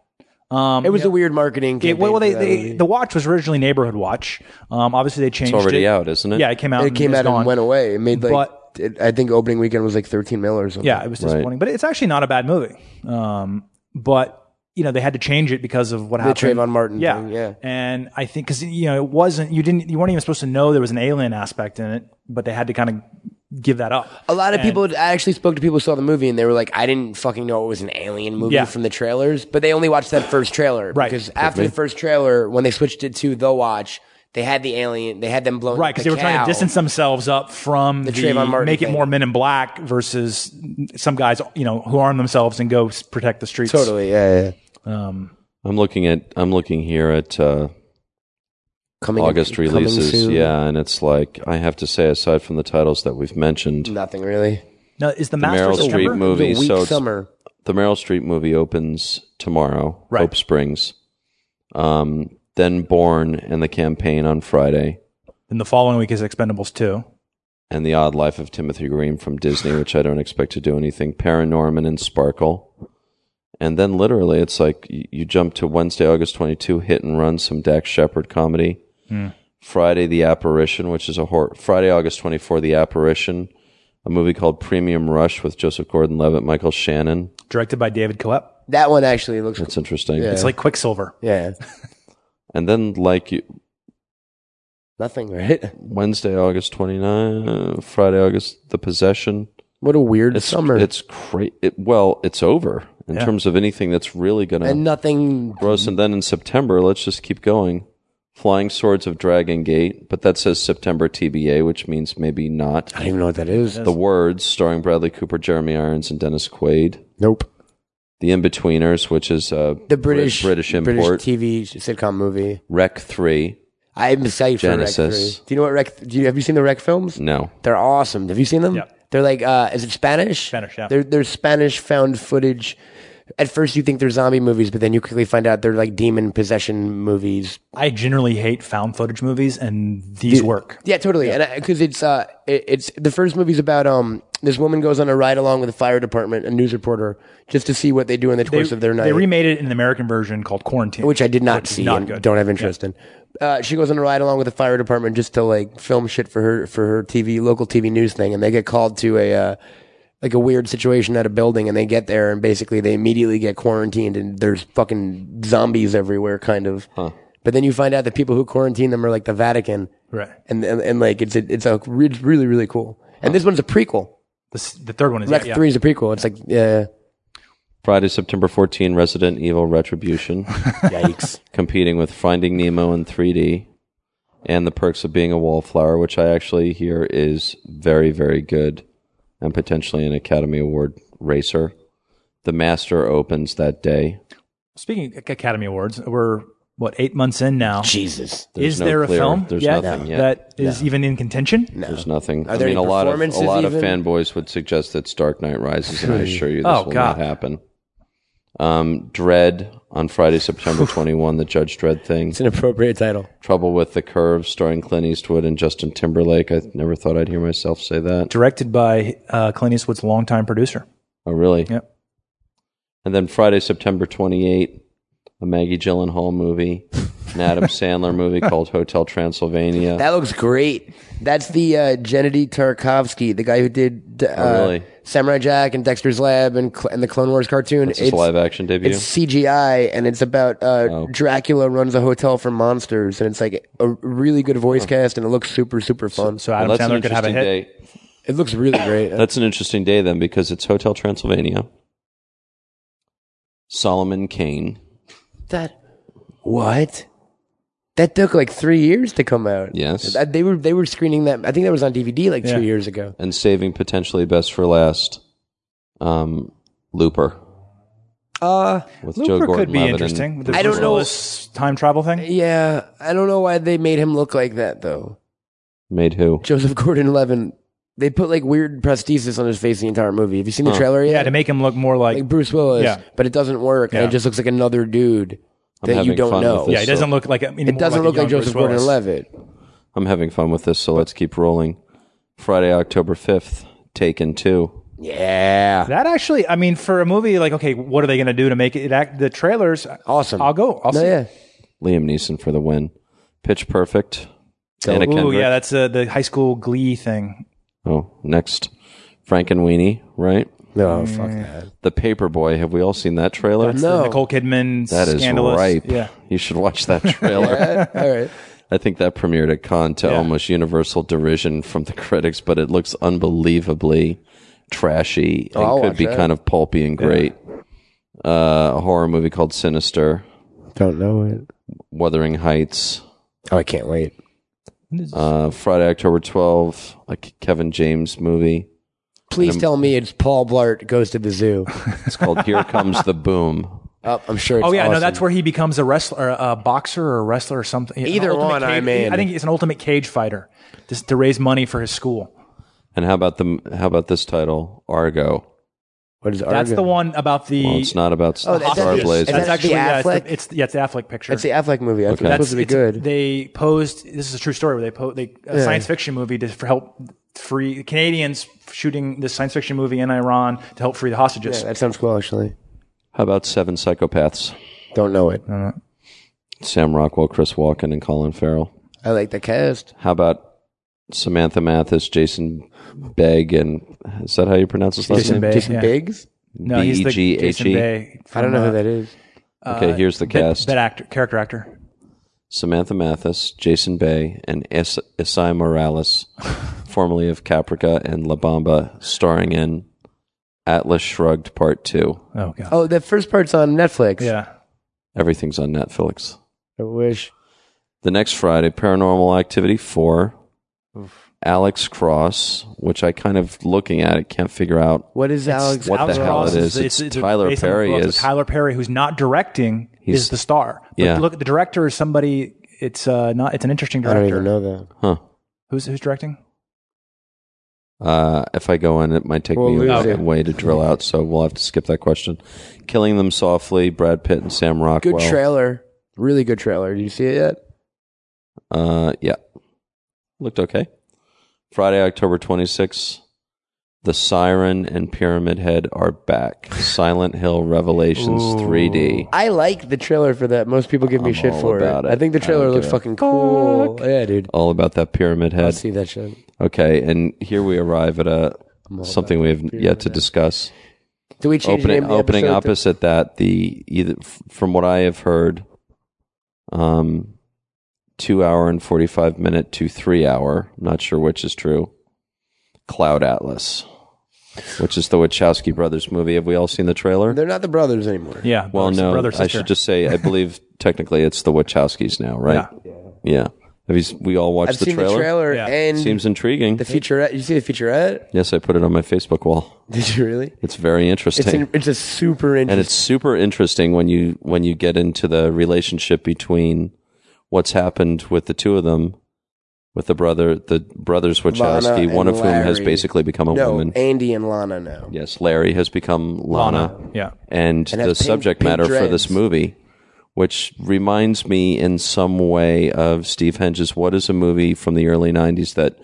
it was a weird marketing.
It-
Campaign
Um, well, they,
for that
they
movie.
the watch was originally Neighborhood Watch. Um, obviously, they changed.
already
it.
out, isn't it?
Yeah, it came out.
it came
um, it's
out
gone.
and went away. It made like
But-
it, I think opening weekend was like thirteen mil or something.
Yeah, it was disappointing, but it's actually not a bad movie. Um, but you know, they had to change it because of what happened.
Trayvon Martin
yeah,
thing, yeah.
And I think because you know it wasn't you didn't you weren't even supposed to know there was an alien aspect in it, but they had to kind of give that up.
A lot of people. I actually spoke to people who saw the movie, and they were like, "I didn't fucking know it was an alien movie
Yeah.
from the trailers," but they only watched that first trailer,
Right.
Because after the first trailer, when they switched it to the watch, they had the alien. They had them blowing
Right,
because
because they were trying to distance themselves up from the,
Trayvon Martin
make it
thing.
more Men in Black versus some guys, you know, who arm themselves and go s- protect the streets. Um,
Totally, yeah, yeah.
I'm looking at. I'm looking here at uh,
Coming
August
coming
releases.
soon.
yeah, and it's like I have to say, aside from the titles that we've mentioned,
nothing really.
Now, is the,
the
Master
Meryl
September?
Streep movie.
the weak
so it's-
summer.
the Meryl Streep movie opens tomorrow.
Right.
Hope Springs. Um, then Born and the Campaign on Friday,
Then the following week is Expendables two.
and The Odd Life of Timothy Green from Disney, which I don't expect to do anything. Paranorman and Sparkle. And then literally, it's like y- you jump to Wednesday, August 22, Hit and Run, some Dax Shepard comedy. Friday, The Apparition, which is a horror. Friday, August 24, The Apparition, a movie called Premium Rush with Joseph Gordon Levitt, Michael Shannon.
directed by David Coep.
That one actually looks.
That's interesting.
Yeah.
It's like Quicksilver.
Yeah,
And then, like, you,
nothing right.
Wednesday, August 29, uh, Friday, August, The Possession.
What a weird
It's
summer.
It's great. It, well, it's over in
Yeah.
terms of anything that's really going
and
to
nothing.
gross. And then in September, let's just keep going. Flying Swords of Dragon Gate, but that says September TBA, which means maybe not.
I don't even know what that is.
The Words, starring Bradley Cooper, Jeremy Irons, and Dennis Quaid.
Nope.
The Inbetweeners, which is uh,
The British
British import.
TV sitcom movie.
Rec 3.
I'm excited for Rec
Genesis.
3. Do you know what Rec? Do you have you seen the Rec films?
No.
They're awesome. Have you seen them?
Yeah.
They're like, uh, is it Spanish?
Spanish, yeah.
They're, they're Spanish found footage. At first, you think they're zombie movies, but then you quickly find out they're like demon possession movies.
I generally hate found footage movies, and these work.
Yeah, totally. And because it's uh, it, it's the first movie's about um, this woman goes on a ride along with the fire department, a news reporter, just to see what they do in the course of their night.
They remade it in an American version called Quarantine,
which I did not see
not
and
good.
don't have interest in. Uh, she goes on a ride along with the fire department just to like film shit for her for her TV local TV news thing, and they get called to a uh, like a weird situation at a building, and they get there and basically they immediately get quarantined, and there's fucking zombies everywhere, kind of. But then you find out the people who quarantine them are like the Vatican,
right?
and and, and like it's a, it's a re- it's really really cool. And this one's a prequel.
The, s- the third one is
Rec
yeah,
Three is a prequel. It's like yeah.
Friday, September 14, Resident Evil Retribution,
Yikes.
competing with Finding Nemo in 3D and The Perks of Being a Wallflower, which I actually hear is very, very good and potentially an Academy Award racer. The Master opens that day.
Speaking of Academy Awards, we're what eight months in now.
Jesus.
There's
is
no
there a
clear-
film
There's
yet
nothing yet.
that is even in contention?
There's nothing.
Are
I
there
mean, a
any
lot of a
performances
lot of
even?
fanboys would suggest that Stark Knight Rises, and I assure you this
Oh,
will
God.
not happen. Um, Dread on Friday, September 21, the Judge Dread thing.
It's an appropriate title.
Trouble with the Curve, starring Clint Eastwood and Justin Timberlake. I never thought I'd hear myself say that.
Directed by uh, Clint Eastwood's longtime producer.
Oh, really?
Yep.
And then Friday, September 28, a Maggie Gyllenhaal movie, an Adam Sandler movie called Hotel Transylvania.
That looks great. That's the uh, Gennady Tarkovsky, the guy who did uh,
Oh, really?
Samurai Jack and Dexter's Lab and, Cl- and the Clone Wars cartoon.
That's his live action debut.
It's CGI and it's about uh,
Oh.
Dracula runs a hotel for monsters and it's like a really good voice cast and it looks super super fun.
So
Well,
Adam
that's an
Sandler could have a
interesting
hit.
day.
it looks really great. Uh,
That's an interesting day then because it's Hotel Transylvania. Solomon Kane.
that what? That took like three years to come out.
Yes.
That- they were they were screening that. I think that was on DVD like
Yeah.
two years ago.
and saving potentially best for last. Um, Looper
Uh
with Joe
Looper
Gordon
could be interesting.
I don't know-
This time travel thing.
yeah. I don't know why they made him look like that though.
Made who?
Joseph Gordon-Levitt. They put like weird prosthesis on his face the entire movie. Have you seen the trailer yet?
Yeah, to make him look more like.
like Bruce Willis,
Yeah.
but it doesn't work. And
Yeah.
it just looks like another dude
I'm
that you
having
don't
fun
know.
with this.
yeah, he doesn't look like.
It doesn't look like Joseph Gordon Levitt.
I'm having fun with this, so let's keep rolling. Friday, October 5th, Taken 2.
Yeah.
That actually, I mean, for a movie like, okay, what are they going to do to make it? Act, the trailers.
Awesome.
I'll go. I'll
No,
see.
yeah.
Liam Neeson for the win. Pitch Perfect. Anna
Ooh,
Kendrick.
yeah, that's uh, the high school Glee thing.
oh, next. Frank and Weenie, right?
No, fuck
Mm.
that.
The Paperboy. Have we all seen that trailer?
The
No.
Nicole Kidman.
That is
scandalous.
ripe.
Yeah,
You should watch that trailer.
All right.
I think that premiered at Cannes to almost universal derision from the critics, but it looks unbelievably trashy and
I'll
could
watch
be
that.
kind of pulpy and great. Uh, a horror movie called Sinister,
Don't know it.
Wuthering Heights,
Oh, I can't wait.
uh, Friday, October 12th, a K- Kevin James movie.
Please tell me it's Paul Blart goes to the zoo.
It's called Here Comes the Boom.
oh, I'm sure. It's
Oh yeah, no,
awesome.
that's where he becomes a wrestler, a boxer, or a wrestler, or something. An
Either
ultimate
one,
cage-
I'm in.
I think it's an ultimate cage fighter, just to raise money for his school.
And how about the how about this title, Argo?
What is
That's the one about the.
Well, it's not about
Oh, that's-
Star
that's-
Blaze.
that's-
That's
Is that
actually
the
yeah, it's,
Affleck?
the, it's yeah, it's the Affleck picture.
That's the Affleck movie. I
Okay.
think it's supposed to be
it's-
good.
They posed. This is a true story. Where they po- they a science fiction movie to f- help free Canadians shooting this science fiction movie in Iran to help free the hostages.
Yeah, that sounds cool, actually.
How about Seven Psychopaths?
Don't know it.
Sam Rockwell, Chris Walken, and Colin Farrell.
I like the cast.
How about Samantha Mathis, Jason Begg, and is that how you pronounce his last
Jason
name?
Bay,
Jason
yeah. Uh-huh.
Biggs?
no, he's the
B E G H E.
Jason Bay.
I don't know who that is.
Okay, here's the cast:
That actor, character actor.
Samantha Mathis, Jason Bay, and es- Isai Morales, formerly of Caprica and La Bamba, starring in Atlas Shrugged Part Two.
Oh god.
Oh, the first part's on Netflix.
Yeah.
Everything's on Netflix.
I wish.
The next Friday, Paranormal Activity Four. Alex Cross, which I kind of looking at it can't figure out.
What is Alex?
what the
Alex
hell
Ross
it is. It's Tyler
based on the
Perry
book, but
is-
Tyler Perry, who's not directing,
He's-
is the star. But
yeah.
look, the director is somebody. It's uh, not. It's an interesting
I
director.
don't even know that.
Huh.
Who's who's directing?
Uh, if I go in, it might take
We'll
me a
lose it.
way to drill out, so we'll have to skip that question. Killing Them Softly, Brad Pitt and Sam
Good
Rockwell.
trailer. Really good trailer. Did you see it yet?
Uh, yeah. Looked okay. Friday, October 26th. The Siren and Pyramid Head are back. Silent Hill Revelations 3D.
I like the trailer for that. Most people give me
I'm
shit
all
for
about
it.
it.
I think the
I
trailer
don't
looks
give a
fucking cool. Yeah, dude.
All about that Pyramid
I
Head.
see that shit.
Okay, and here we arrive at a something we have yet to discuss.
Do we change
opening
the name of the
opening
episode to-
opposite that the either f- from what I have heard, um, two hour and forty five minute to three hour. I'm not sure which is true. Cloud Atlas. which is the Wachowski brothers movie. Have we all seen the trailer?
They're not the brothers anymore.
Yeah.
well,
brothers-
no.
brother,
I
sister.
should just say I believe technically it's the Wachowskis now, right? Yeah. Have you? s- We all watched
I've
the
seen
trailer.
the trailer
Yeah.
and
Seems intriguing.
the featurette. You see the featurette?
yes, I put it on my Facebook wall.
Did you really?
It's very interesting.
It's in, it's a super
and
interesting.
it's super interesting when you when you get into the relationship between what's happened with the two of them with the brother the brothers
Lana
Wachowski
and
one of whom has
Larry.
basically become a
no,
woman
Andy and Lana now.
yes Larry has become Lana,
Yeah.
and,
And
the
has pink-
subject
pink
matter for this
dreads.
movie which reminds me in some way of Steve Henges what is a movie from the early 90s that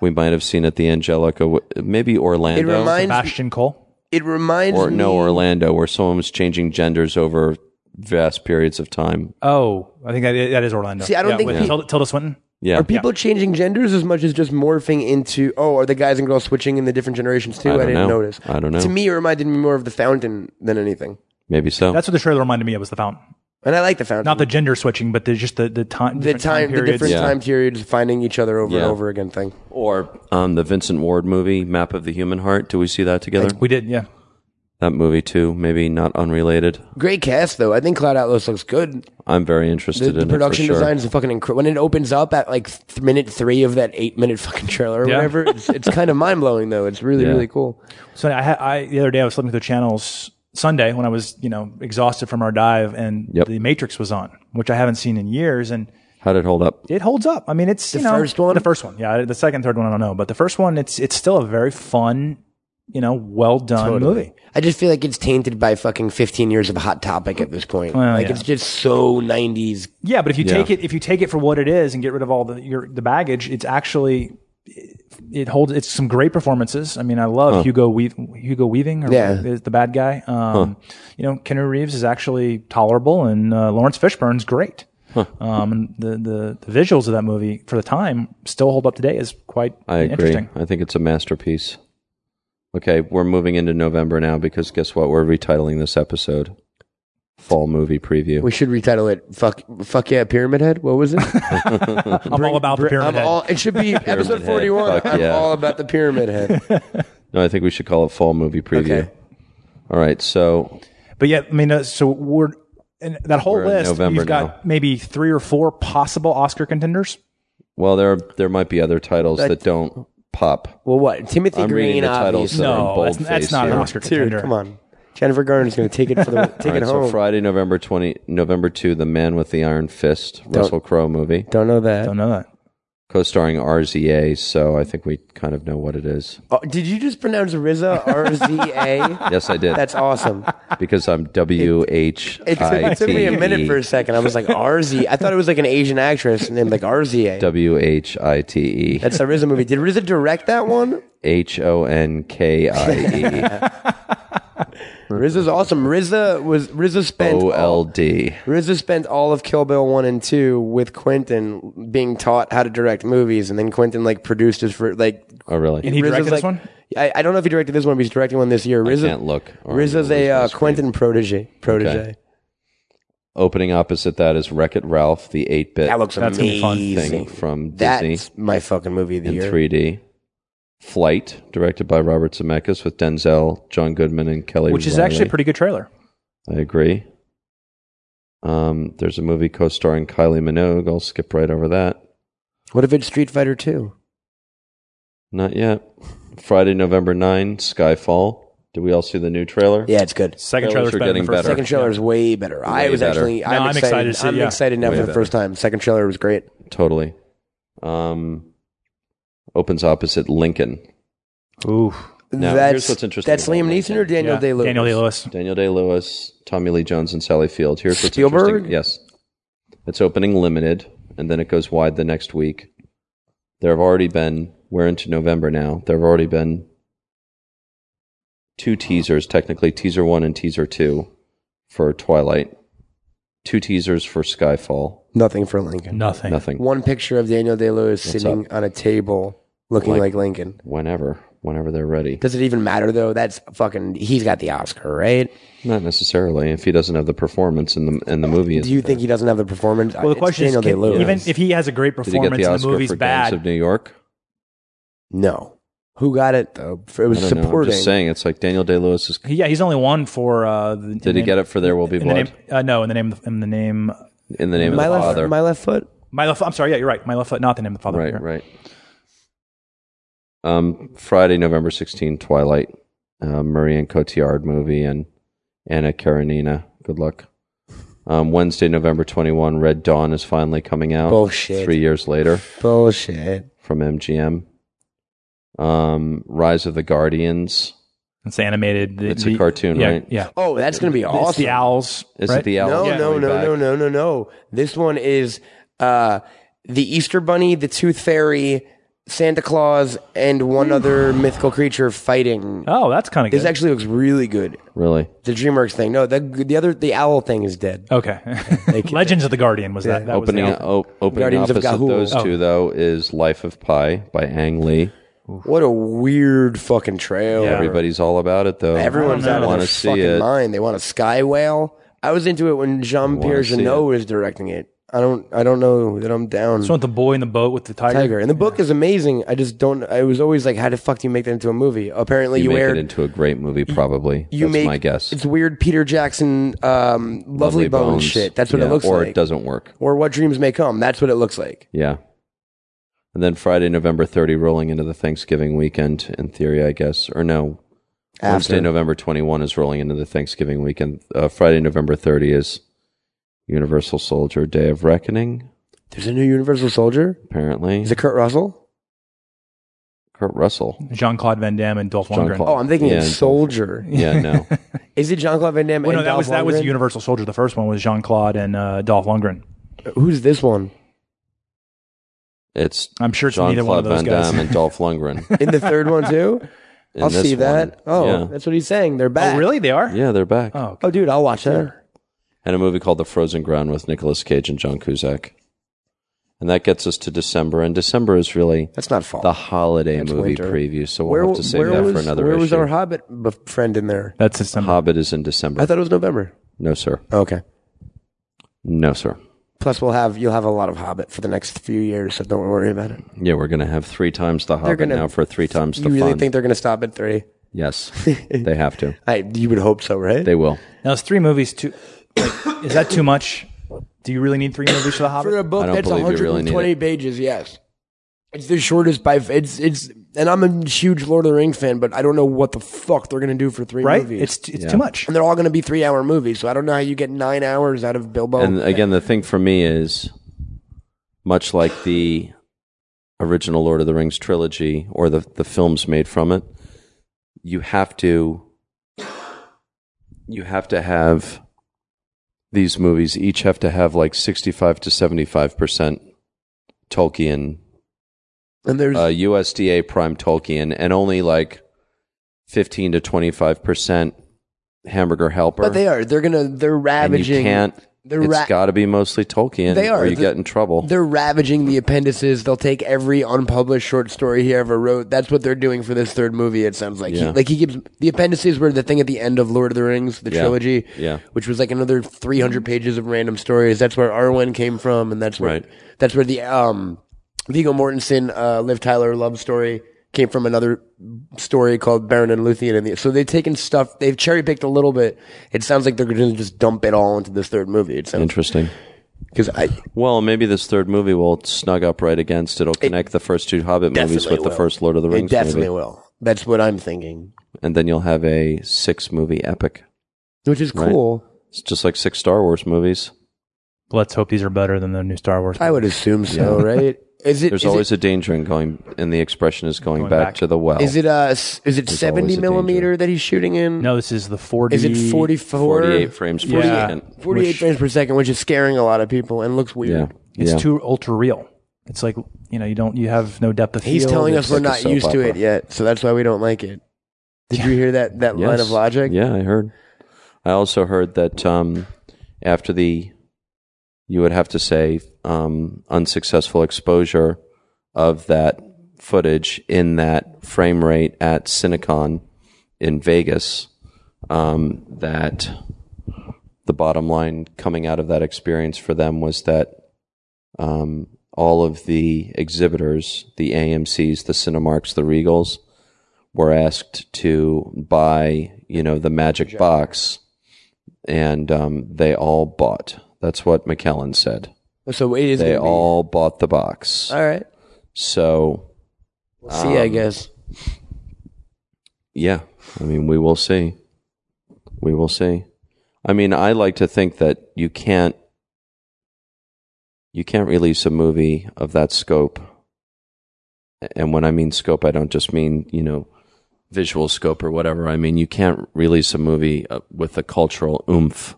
we might have seen at the Angelica w- maybe Orlando
It reminds
Bastion Cole.
it reminds
or
me
no Orlando, where someone was changing genders over vast periods of time.
Oh, I think that is, that is Orlando.
See, I don't
yeah,
think
with
he-
Tilda, Tilda Swinton.
Yeah,
Are people changing genders as much as just morphing into? Oh, are the guys and girls switching in the different generations too?
I
I,
don't
didn't
know.
notice.
I don't know.
To me, it reminded me more of the Fountain than anything,
maybe so.
That's what the trailer reminded me of was the fountain.
and I like the Fountain.
Not the gender switching, but the, just the, the time,
the
different
time, the
periods.
different
Yeah.
time periods, finding each other over
Yeah.
and over again thing.
or um, the Vincent Ward movie, Map of the Human Heart. Do we see that together?
We did, yeah.
that movie too. Maybe not unrelated.
Great cast though. I think Cloud Atlas looks good.
I'm very
The,
interested
the
in
production
it for sure.
design is fucking incredible. When it opens up at like th- minute three of that eight minute fucking trailer or
Yeah.
whatever, it's, it's kind of mind blowing though. It's really
Yeah.
really cool.
So I, had, I the other day I was flipping through channels Sunday when I was you know exhausted from our dive, and
Yep.
the Matrix was on, which I haven't seen in years, and
How did it hold up?
it holds up. I mean, it's the you know,
first one?
the first one, yeah. The second, third one, I don't know, but the first one, it's it's still a very fun, you know, well done movie.
I just feel like it's tainted by fucking 15 years of Hot Topic at this point. like
yeah.
it's just so 90s.
Yeah, but if you
Yeah.
take it if you take it for what it is and get rid of all the your the baggage, it's actually it holds it's some great performances. I mean, I love Hugo Weave, Hugo Weaving or
Yeah.
is the bad guy. Um, you know, Keanu Reeves is actually tolerable and uh, Lawrence Fishburne's great. Um, and the, the the visuals of that movie for the time still hold up today is quite
I agree.
interesting.
I think it's a masterpiece. Okay, we're moving into November now because guess what? We're retitling this episode "Fall Movie Preview."
We should retitle it "Fuck Fuck Yeah Pyramid Head." What was it?
I'm all about the pyramid
I'm
head.
all. It should be episode
Head,
41.
fuck
I'm
yeah.
all about the Pyramid Head.
no, I think we should call it "Fall Movie Preview."
Okay.
All right, so
But yeah, I mean, uh, so we're and that whole
We're in
list.
November
you've got
now.
maybe three or four possible Oscar contenders.
Well, there there might be other titles that, don't pop.
Well, what Timothy
I'm reading
Green?
the titles
Obviously,
that are in
No, that's,
boldface
that's not an
here.
Oscar
dude,
contender.
come on. Jennifer Garner's going to take it for the
All
take it
right, so
home.
Friday, November twenty, November two, The Man with the Iron Fist, Russell Crowe movie,
Don't know that.
Don't know that.
co-starring RZA. So I think we kind of know what it is.
Oh, did you just pronounce RZA R Z A?
Yes, I did
That's awesome.
because I'm W H
It took,
I
it took
T
me a minute for a
E
second. I was like RZ. I thought it was like an Asian actress named like RZA.
W H I T E
That's a RZA movie. Did RZA direct that one?
H O N K I E
RZA's awesome. RZA was RZA spent
E O Oh, L
all,
D.
RZA spent all of Kill Bill one and two with Quentin being taught how to direct movies, and then Quentin like produced his for like.
Oh, really?
And he
RZA's
directed this
like-
one.
I, I don't know if he directed this one, but he's directing one this year. RZA,
can't look. Or I'm
RZA's
gonna lose
a
my
uh,
screen.
Quentin protege. Protege.
Okay. Opening opposite that is Wreck It Ralph, the eight bit
That looks
That's gonna be fun.
thing
amazing.
from Disney.
That's my fucking movie of the
in
year.
3D. Flight, directed by Robert Zemeckis, with Denzel, John Goodman, and Kelly.
which is
Reilly.
actually a pretty good trailer.
I agree. Um, there's a movie co-starring Kylie Minogue. I'll skip right over that.
What if it's Street Fighter Two?
Not yet. Friday, November 9, Skyfall. Did we all see the new trailer?
Yeah, it's good.
Second
Trailers
trailer's
are
better
getting
than the first
better.
Second trailer is way better. I
Way
was
better.
actually.
No,
I'm,
I'm
excited.
excited to see-
I'm
yeah.
excited now
Way
for the
better.
first time. Second trailer was great.
Totally. Um, opens opposite Lincoln.
one. Ooh,
Now,
that's,
here's what's interesting
That's
about
Liam Neeson or Daniel
Yeah.
Day Lewis.
Daniel Day Lewis.
Daniel Day Lewis, Tommy Lee Jones, and Sally Field. Here's what's
Spielberg?
interesting. Yes. It's opening limited, and then it goes wide the next week. There have already been, we're into November now, there have already been two teasers, technically teaser one and teaser two for Twilight, two teasers for Skyfall,
Nothing for Lincoln.
Nothing.
nothing.
One picture of Daniel Day Lewis
What's
sitting on a table looking
Like-
like Lincoln.
Whenever, whenever they're ready.
Does it even matter though? That's fucking. He's got the Oscar, right?
Not necessarily. If he doesn't have the performance in the in the movie,
Do you think he doesn't have the performance?
Well, the
It's
question is,
Daniel Day
can,
Lewis.
even if he has a great
did he get
performance
the
and the
Oscar
movie's
for Gangs of
bad,
New York?
no, Who got it though? It was
I don't know. I'm
supporting.
just saying, it's like Daniel Day Lewis is.
Yeah, he's only won for. Uh, the,
Did he get it for There Will Be
in the name,
Blood?
uh, no, in the name, of the, in the name.
In the name of
my
the
left,
Father.
my left foot.
My left. I'm sorry. Yeah, you're right. My left foot, not the name of the father.
right,
You're
right. Um, Friday, November 16, Twilight, uh, Murray and Cotillard movie, and Anna Karenina. Good luck. Um, Wednesday, November 21, Red Dawn is finally coming out.
Bullshit.
Three years later
Bullshit.
from MGM. Um, Rise of the Guardians.
It's animated. The-
It's a
the-
cartoon,
yeah,
right?
Yeah.
Oh, that's gonna be
It's
awesome.
the owls.
Is
right?
it the owl?
No,
coming
no, no,
back?
no, no, no, no. This one is uh, the Easter Bunny, the Tooth Fairy, Santa Claus, and one other mythical creature fighting.
Oh, that's kind of good.
This actually looks really good.
Really?
The DreamWorks thing. No, the the other the owl thing is dead.
okay. Legends of the Guardian was that. that
opening
was the Oh.
o- opening
Guardians of
opposite
Ga'Hoole.
those two though is Life of Pi by Ang Lee.
What a weird fucking trail.
Yeah.
Everybody's all about it though.
Everyone's out of
want
their
to see
fucking
it.
mind. They want a sky whale. I was into it when Jean Pierre
see
Jeannot is directing it. I don't. I don't know that I'm down.
This one with the boy in the boat with the tiger.
Tiger. And the book is amazing. I just don't. I was always like, how the fuck do you make that into a movie? Apparently,
You,
you,
make
aired.
it into a great movie, probably.
you
That's
make
my guess.
It's weird. Peter Jackson, um, lovely, bone shit. That's what
Yeah,
it looks
or
like.
it doesn't work.
or what dreams may come. That's what it looks like.
Yeah. And then Friday, November 30, rolling into the Thanksgiving weekend, in theory, I guess. Or no, Wednesday,
After.
November 21 is rolling into the Thanksgiving weekend. Uh, Friday, November 30 is Universal Soldier Day of Reckoning,
There's a new Universal Soldier.
apparently.
Is it Kurt Russell?
Kurt Russell.
Jean Claude Van Damme and Dolph Lundgren.
Jean-Claude.
Oh, I'm thinking
Yeah,
it's
and-
Soldier.
Oh, Yeah, no.
Is it Jean Claude Van Damme?
Well, no,
and
that
Dolph
was that was
Lundgren?
Universal Soldier. The first one was Jean Claude and uh, Dolph Lundgren.
Who's this one?
It's
I'm sure it's
Jean
neither one of
Claude
those
Van
guys.
Damme and Dolph Lundgren.
In the third one too.
in
I'll
this
see that.
one.
Oh,
yeah.
that's what he's saying. They're back.
oh, really? They are.
Yeah, they're back.
Oh,
Oh, dude, I'll watch that.
and a movie called The Frozen Ground with Nicolas Cage and John Cusack. And that gets us to December, and December is really
That's not fall.
the holiday
That's
movie
winter.
preview. So we'll have to save that
was,
for another
Where
issue.
was our Hobbit b- friend in there?
that's just some.
Hobbit is in December.
I thought it was November.
no, sir.
Okay.
No, sir.
Plus, we'll have you'll have a lot of Hobbit for the next few years, so don't worry about it.
Yeah, we're going to have three times the Hobbit
gonna-
now for three times the
you really
fun.
think they're going to stop at three?
yes, they have to.
I you would hope so, right?
They will.
Now it's three movies. Too. Like, is that too much? Do you really need three movies for the Hobbit?
for a book
I don't
that's
believe you really
120
need
pages, yes. It's the shortest by it's it's and I'm a huge Lord of the Rings fan, but I don't know what the fuck they're going to do for three
right?
movies.
It's it's too much.
and they're all going to be three hour movies, so I don't know how you get nine hours out of Bilbo.
And uh, again, the thing for me is much like the original Lord of the Rings trilogy or the, the films made from it, you have to you have to have these movies each have to have like 65 to 75% Tolkien
And there's
uh, USDA prime Tolkien and only like 15 to 25% hamburger helper.
but they are they're going to they're
and you
ravaging
can't
they're
it's
ra-
got to be mostly Tolkien.
They are.
Or you
The-
get in trouble.
They're ravaging the appendices. They'll take every unpublished short story he ever wrote. That's what they're doing for this third movie. It sounds like
Yeah.
he, like he gives the appendices were the thing at the end of Lord of the Rings, the
Yeah.
trilogy,
Yeah.
which was like another three hundred pages of random stories. That's where Arwen came from, and that's where
Right.
that's where the um, Viggo Mortensen, uh, Liv Tyler love story came from another story called Baron and Luthien. And the, so they've taken stuff, they've cherry picked a little bit. It sounds like they're going to just dump it all into this third movie. It sounds
Interesting.
because I
Well, maybe this third movie will snug up right against. It'll connect the first two Hobbit movies
definitely
with the
will.
first Lord of the
it
Rings
definitely
movie,
will. That's what I'm thinking,
and then you'll have a six movie epic.
which is
Right.
cool.
It's just like six Star Wars movies.
Let's hope these are better than the new Star Wars.
I would assume so, right? Is it?
There's
is
always
it,
a danger in going, and the expression is going,
Going
back,
back.
to the well.
is it uh s- is it
There's
seventy
always a
millimeter that he's shooting in?
No, this is the forty.
Is it forty four?
48 frames per
Yeah.
second?
48
Which-
frames per second, which is scaring a lot of people and looks weird.
Yeah,
It's
yeah.
too ultra real. It's like you know you don't you have no depth of field.
He's telling us
It's-
we're
like a
not
soap
used to
opera.
it yet, so that's why we don't like it. Did you hear that that line
Yes.
of logic?
Yeah, I heard. I also heard that um, after the, you would have to say, um, unsuccessful exposure of that footage in that frame rate at Cinecon in Vegas, um, that the bottom line coming out of that experience for them was that um, all of the exhibitors, the AMCs, the Cinemarks, the Regals, were asked to buy, you know, the magic box, and um, they all bought. That's what McKellen said.
So it is.
They
gonna be-
all bought the box.
All right.
So
We'll see,
Um,
I guess.
yeah, I mean, we will see. We will see. I mean, I like to think that you can't you can't release a movie of that scope. And when I mean scope, I don't just mean you know visual scope or whatever. I mean you can't release a movie uh, with the cultural oomph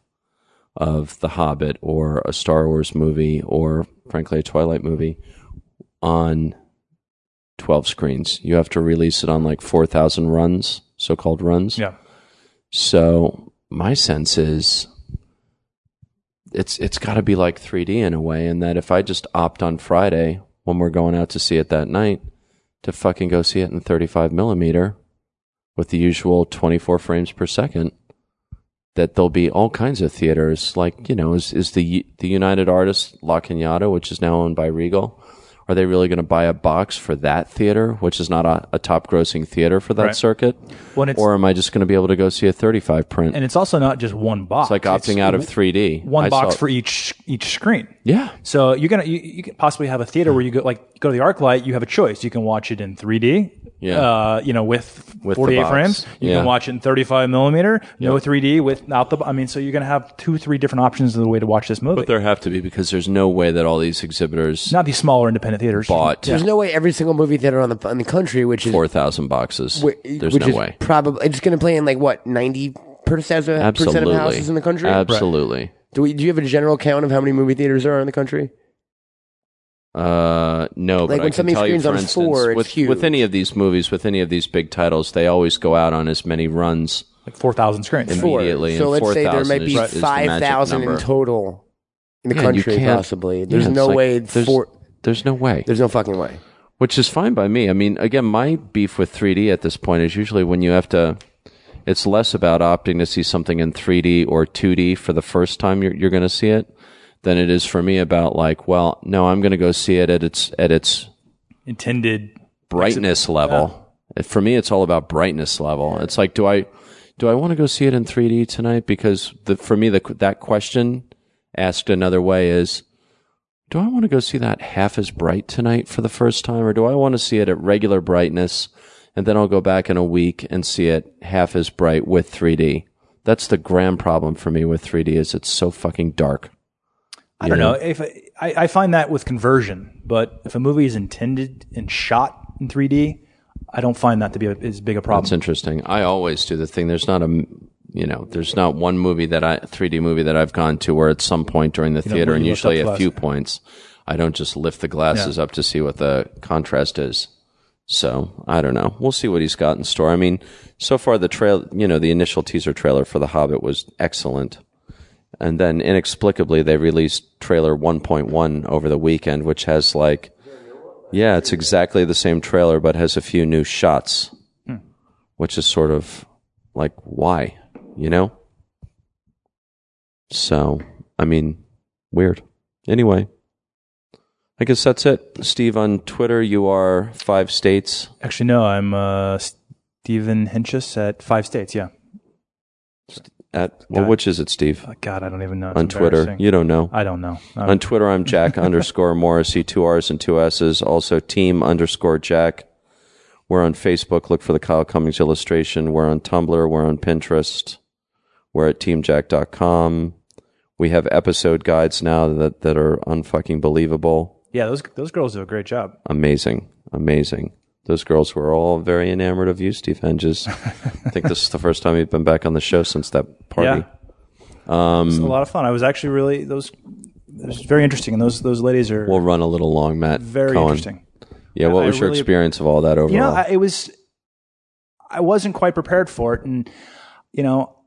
of The Hobbit or a Star Wars movie or frankly a Twilight movie on 12 screens. You have to release it on like 4,000 runs, so called runs.
Yeah.
So my sense is it's it's got to be like 3D in a way in that if I just opt on Friday when we're going out to see it that night to fucking go see it in 35 millimeter with the usual 24 frames per second that there'll be all kinds of theaters like you know is is the the United Artists La Cunada which is now owned by Regal are they really going to buy a box for that theater which is not a, a top grossing theater for that
Right.
circuit
When it's
or am I just going to be able to go see a 35 print?
and it's also not just one box.
it's like opting out of 3D.
one
I
box
saw-
for each each screen.
yeah,
So you're gonna you, you can possibly have a theater where you go like go to the ArcLight. You have a choice. You can watch it in 3D.
Yeah.
Uh, you know, with,
With the
48
box.
frames, you
Yeah.
can watch it in 35 millimeter. No 3D without the. I mean, so you're gonna have two, three different options of the way to watch this movie.
but there have to be because there's no way that all these exhibitors
not these smaller independent theaters.
bought
Yeah.
There's no way every single movie theater on the on the country, which is
4,000 boxes.
whi-
there's
which
no
is
way.
probably it's going to play in like what 90 percent of, percent
Absolutely. Uh,
of houses in the country.
Absolutely.
do we? Do you have a general count of how many movie theaters there are in the country?
Uh, no, but
when
I can
something
tell you,
screens
for
on
instance,
four, it's
with,
huge.
with any of these movies, with any of these big titles, they always go out on as many runs.
like 4,000 screens.
Four. Immediately,
So
and
let's say there
4,000
might be
is- is the magic
five thousand in
number.
total in the
Yeah, you
country,
can't-
possibly. There's
Yeah, it's
no
like-
way.
There's,
for,
there's no way.
there's no fucking way.
which is fine by me. I mean, again, my beef with 3D at this point is usually when you have to. It's less about opting to see something in 3D or 2D for the first time you're, you're going to see it, than it is for me about like, well, no, I'm going to go see it at its at its
Intended.
brightness level. For me, it's all about brightness level. It's like, do I do I want to go see it in 3D tonight? Because the, for me, the, that question asked another way is, do I want to go see that half as bright tonight for the first time, or do I want to see it at regular brightness, and then I'll go back in a week and see it half as bright with 3D? That's the grand problem for me with 3D is it's so fucking dark.
I don't know if I, I find that with conversion, but if a movie is intended and shot in 3D, I don't find that to be a, as big a problem.
That's interesting. I always do the thing. There's not a, m- you know, there's not one movie that I 3D movie that I've gone to where at some point during the theater
when
and
you lift up
usually a
glass.
few points, I don't just lift the glasses up to see what the contrast is. So I don't know. We'll see what he's got in store. I mean, so far the trail, you know, the initial teaser trailer for The Hobbit was excellent. And then inexplicably they released trailer 1.1 over the weekend, which has like, yeah, it's exactly the same trailer, but has a few new shots
Hmm.
which is sort of like why, you know? So, I mean, weird. Anyway, I guess that's it. Steve on Twitter, you are five states.
Actually, no, I'm uh, Stephen Hinchis at Five States. Yeah.
At well,
Got it.
which is it, Steve?
Oh, God, I don't even know. It's
On Twitter,
embarrassing. Um,
you don't know.
I don't know. I'm-
On Twitter, I'm Jack underscore Morrissey, two R's and two S's. Also, team underscore Jack. We're on Facebook. Look for the Kyle Cummings illustration. We're on Tumblr. We're on Pinterest. We're at teamjack.com. We have episode guides now that, that are unfucking believable.
yeah, those those girls do a great job.
Amazing. Amazing. Those girls were all very enamored of you, Steve Henges. I think this is the first time you've been back on the show since that party.
Yeah. Um, it's a lot of fun. I was actually really those. It was very interesting, and those those ladies are
We'll run a little long, Matt.
very
Cohen.
interesting.
Yeah, what
I
was your
really-
experience of all that overall?
You know, I, it was. I wasn't quite prepared for it, and you know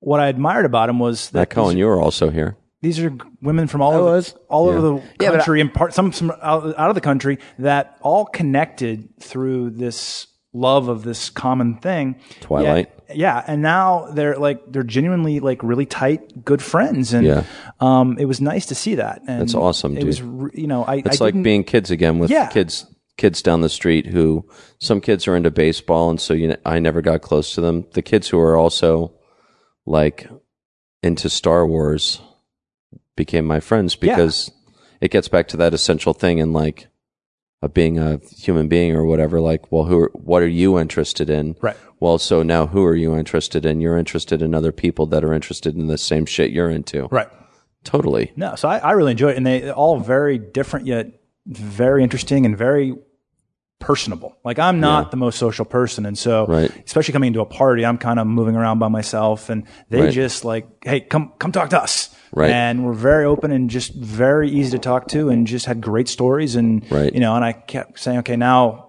what I admired about him was
Matt
that these-
Cohen, you were also here.
these are g- women from all over
was.
all over the
Yeah, but
country and part some some out, out of the country that all connected through this love of this common thing
Twilight.
yeah, yeah and now they're like they're genuinely like really tight good friends and
Yeah.
um it was nice to see that and
That's awesome,
it
dude.
was re- you know i
It's
I
like
didn't-
being kids again with
Yeah.
kids kids down the street who some kids are into baseball, and so you know, I never got close to them. The kids who are also like into Star Wars became my friends because it gets back to that essential thing in like a being a human being or whatever. Like, well, who? Are, what are you interested in?
Right.
Well, so now who are you interested in? You're interested in other people that are interested in the same shit you're into.
Right.
Totally.
No, so I, I really enjoy it, and they they're all very different yet very interesting and very personable. Like I'm not the most social person, and so
Right.
especially coming into a party, I'm kind of moving around by myself, and they
Right.
just like, hey, come come talk to us.
Right.
And we're very open and just very easy to talk to, and just had great stories, and
Right.
you know, and I kept saying, okay, now,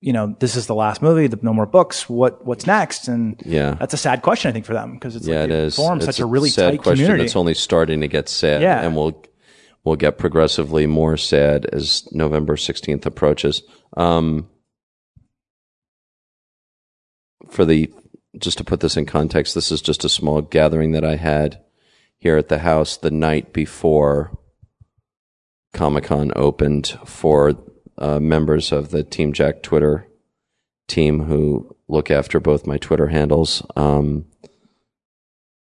you know, this is the last movie, the, no more books. What what's next? And
Yeah.
that's a sad question, I think, for them because it's
yeah,
like
it
they
is.
form
It's
such a, really
sad
tight
question
community.
that's only starting to get sad.
Yeah.
and we'll we'll get progressively more sad as November sixteenth approaches. Um, for the just to put this in context, this is just a small gathering that I had here at the house the night before Comic Con opened for uh, members of the Team Jack Twitter team who look after both my Twitter handles. Um,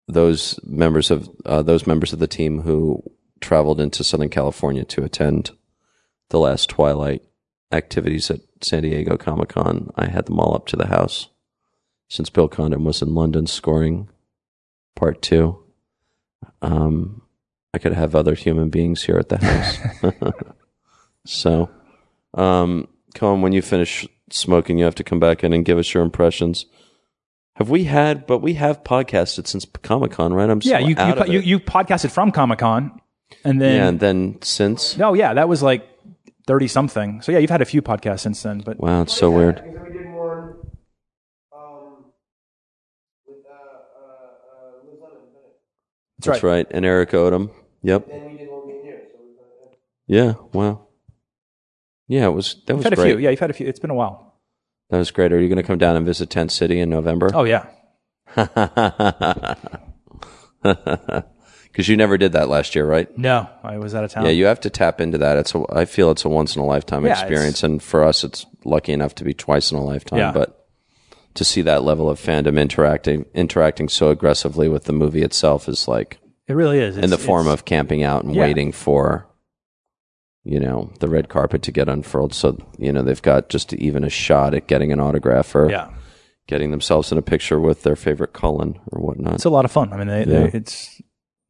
those members of uh, those members of the team who traveled into Southern California to attend the last Twilight activities at San Diego Comic Con. I had them all up to the house since Bill Condon was in London scoring part two. Um, I could have other human beings here at the house. so, um, Colin, when you finish smoking, you have to come back in and give us your impressions. Have we had? But we have podcasted since Comic Con, right? I'm
yeah,
still
you you,
out
po-
of
you
it.
you podcasted from Comic Con, and then
yeah, and then since
No, yeah, that was like thirty something. So yeah, you've had a few podcasts since then, but
Wow, it's so weird.
Because uh, we did one um, with uh, uh, uh, Liz Lemon,
that's, right.
And Eric Odom. Yep.
and we did one with you. So we
Yeah. Wow. Yeah, it was that
You've
was
had
great.
a few. Yeah, you've had a few. It's been a while.
That was great. Are you going to come down and visit Tent City in November?
Oh yeah,
Because you never did that last year, right?
no, I was out of town.
Yeah, you have to tap into that. It's a, I feel it's a once in a lifetime
Yeah,
experience, and for us, it's lucky enough to be twice in a lifetime.
Yeah.
But to see that level of fandom interacting interacting so aggressively with the movie itself is like
it really is. It's,
in the form
it's-
of camping out and
Yeah.
waiting for you know the red carpet to get unfurled so you know they've got just even a shot at getting an autograph or
yeah,
getting themselves in a picture with their favorite Cullen or whatnot
it's a lot of fun. I mean, they,
Yeah.
they it's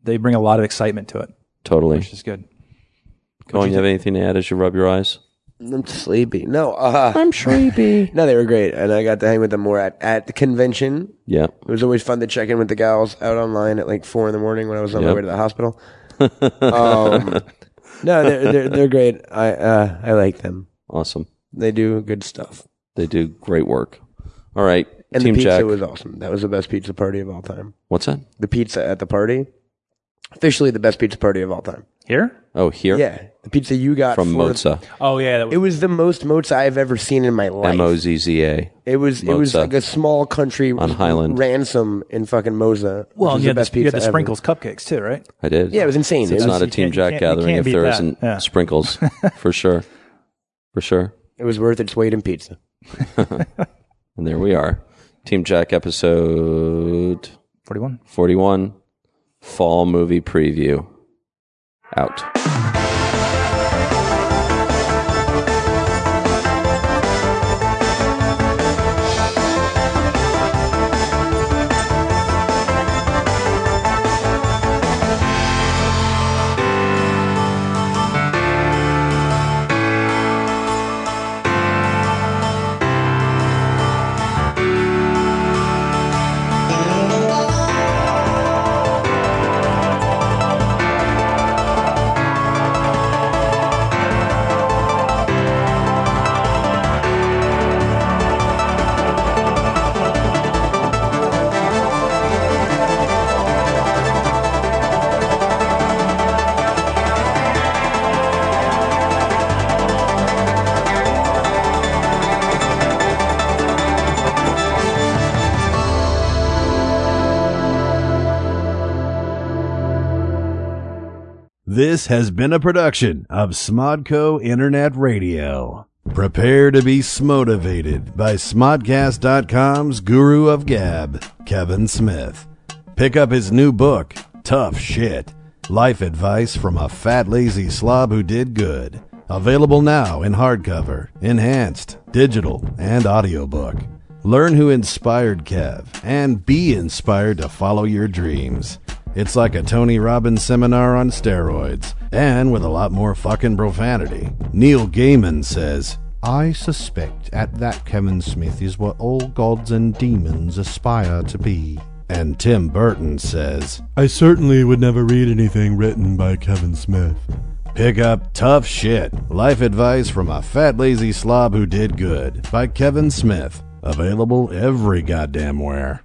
they bring a lot of excitement to it,
totally
which is good.
Cullen you have anything to add as you rub your eyes
I'm sleepy. No, uh, I'm sleepy. no, they were great, and I got to hang with them more at, at the convention.
yeah
It was always fun to check in with the gals out online at like four in the morning when I was on my
Yep.
way to the hospital. um, no, they're, they're they're great. I uh, I like them.
awesome
They do good stuff.
they do great work all right
And
team
the pizza
Jack
was awesome. That was the best pizza party of all time.
what's that
The pizza at the party, officially the best pizza party of all time.
Here?
oh here
Yeah, the pizza you got
from
for-
Moza
Oh yeah, that
It
was,
was the most mozza I've ever seen in my life.
M O Z Z A
It was it was
Mozza.
like a small country
On Highland.
ransom in fucking Moza. which
well,
is
and you
the
had
best
the, you had
pizza
the
ever.
sprinkles cupcakes too, right?
I did.
Yeah, it was insane.
It's
It
not
was-
a
you
Team
can't- you
Jack
can't- you
gathering
can't
if
beat
there
that.
isn't
Yeah.
sprinkles, for sure, for sure.
It was worth its weight in pizza.
And there we are, Team Jack episode
Forty-one.
forty-one, fall movie preview, out.
This has been a production of Smodco Internet Radio. Prepare to be smotivated by Smodcast.com's guru of gab, Kevin Smith. Pick up his new book, Tough Shit Life Advice from a Fat Lazy Slob Who Did Good. Available now in hardcover, enhanced, digital, and audiobook. Learn who inspired Kev and be inspired to follow your dreams. It's like a Tony Robbins seminar on steroids, and with a lot more fucking profanity. Neil Gaiman says, I suspect at that Kevin Smith is what all gods and demons aspire to be. And Tim Burton says,
I certainly would never read anything written by Kevin Smith.
Pick up Tough Shit Life Advice from a Fat Lazy Slob Who Did Good by Kevin Smith. Available every goddamn where.